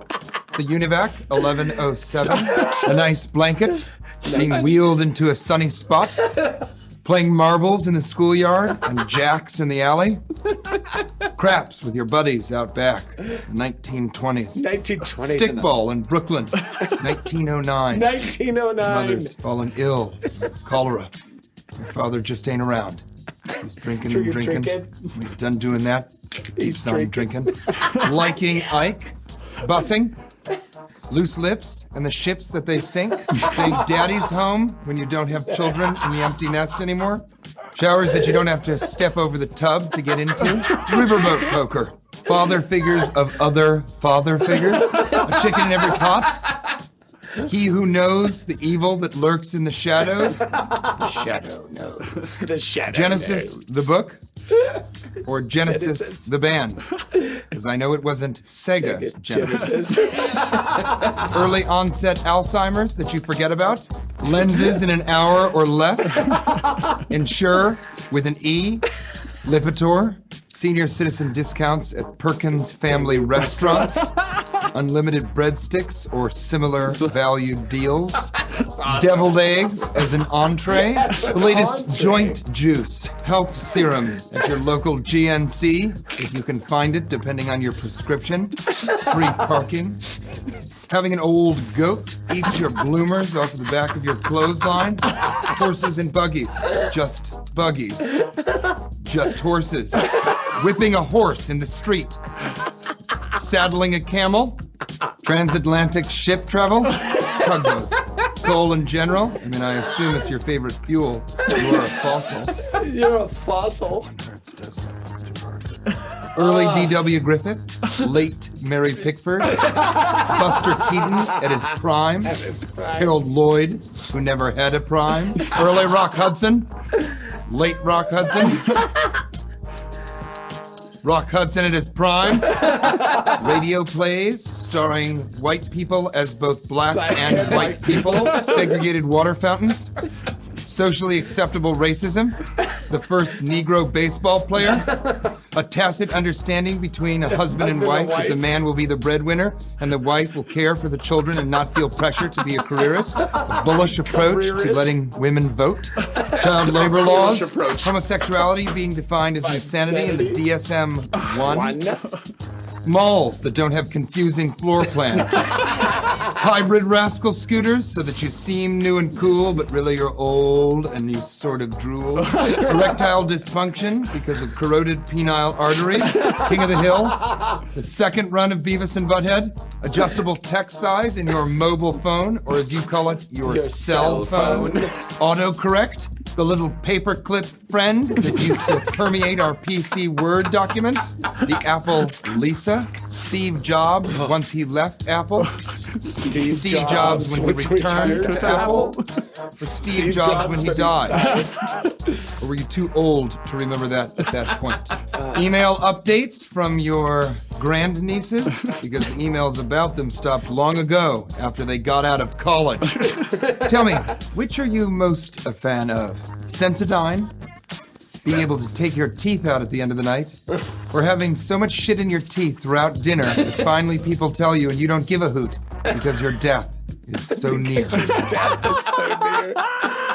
The Univac 1107? A nice blanket? Being wheeled into a sunny spot? Playing marbles in the schoolyard and jacks in the alley? Craps with your buddies out back, 1920s. 1920s. Stickball in Brooklyn, 1909. 1909. Mother's fallen ill, cholera. Your father just ain't around. He's drinking and Drinking, drinking. When He's done doing that. He's done drinking. Liking Ike, bussing, loose lips, and the ships that they sink. Say daddy's home when you don't have children in the empty nest anymore. Showers that you don't have to step over the tub to get into. Riverboat poker. Father figures of other father figures. A chicken in every pot. He who knows the evil that lurks in the shadows. The shadow knows. The shadow Genesis, knows. the book, or Genesis, Genesis. the band. Because I know it wasn't Sega Genesis. Early onset Alzheimer's that you forget about. Lenses in an hour or less. Insure with an E. Lipitor. Senior citizen discounts at Perkins Family Restaurants. Unlimited breadsticks or similar valued deals. Deviled eggs as an entree. That's the an latest entree. joint juice. Health serum at your local GNC, if you can find it, depending on your prescription. Free parking. Having an old goat eat your bloomers off the back of your clothesline. Horses and buggies. Just buggies. Just horses. Whipping a horse in the street. Saddling a camel. Transatlantic ship travel. Tugboats. Coal in general. I mean, I assume it's your favorite fuel. You are a fossil. You're a fossil. Early D.W. Griffith, late Mary Pickford, Buster Keaton at his prime, Harold Lloyd, who never had a prime, early Rock Hudson, late Rock Hudson, Rock Hudson at his prime, radio plays starring white people as both black and white people, segregated water fountains, socially acceptable racism, the first Negro baseball player, a tacit understanding between a husband and wife that the man will be the breadwinner and the wife will care for the children and not feel pressure to be a careerist, a bullish approach to Careerist. letting women vote, child labor Bullish laws, approach. homosexuality being defined as insanity in the DSM 1, One. malls that don't have confusing floor plans. Hybrid rascal scooters so that you seem new and cool, but really you're old and you sort of drool. Erectile dysfunction because of corroded penile arteries. King of the Hill. The second run of Beavis and Butthead. Adjustable text size in your mobile phone, or as you call it, your, Your cell, cell phone. phone. Autocorrect. The little paperclip friend that used to permeate our PC Word documents. The Apple Lisa. Steve Jobs once he left Apple. Steve, Jobs, when he once he returned returned to to Apple, or Steve, Steve Jobs, Jobs when he when he died. or were you too old to remember that at that point? Email updates from your grandnieces because the emails about them stopped long ago after they got out of college. Tell me, which are you most a fan of? Sensodyne, being able to take your teeth out at the end of the night, or having so much shit in your teeth throughout dinner that finally people tell you and you don't give a hoot because your death is so near. Death is so near.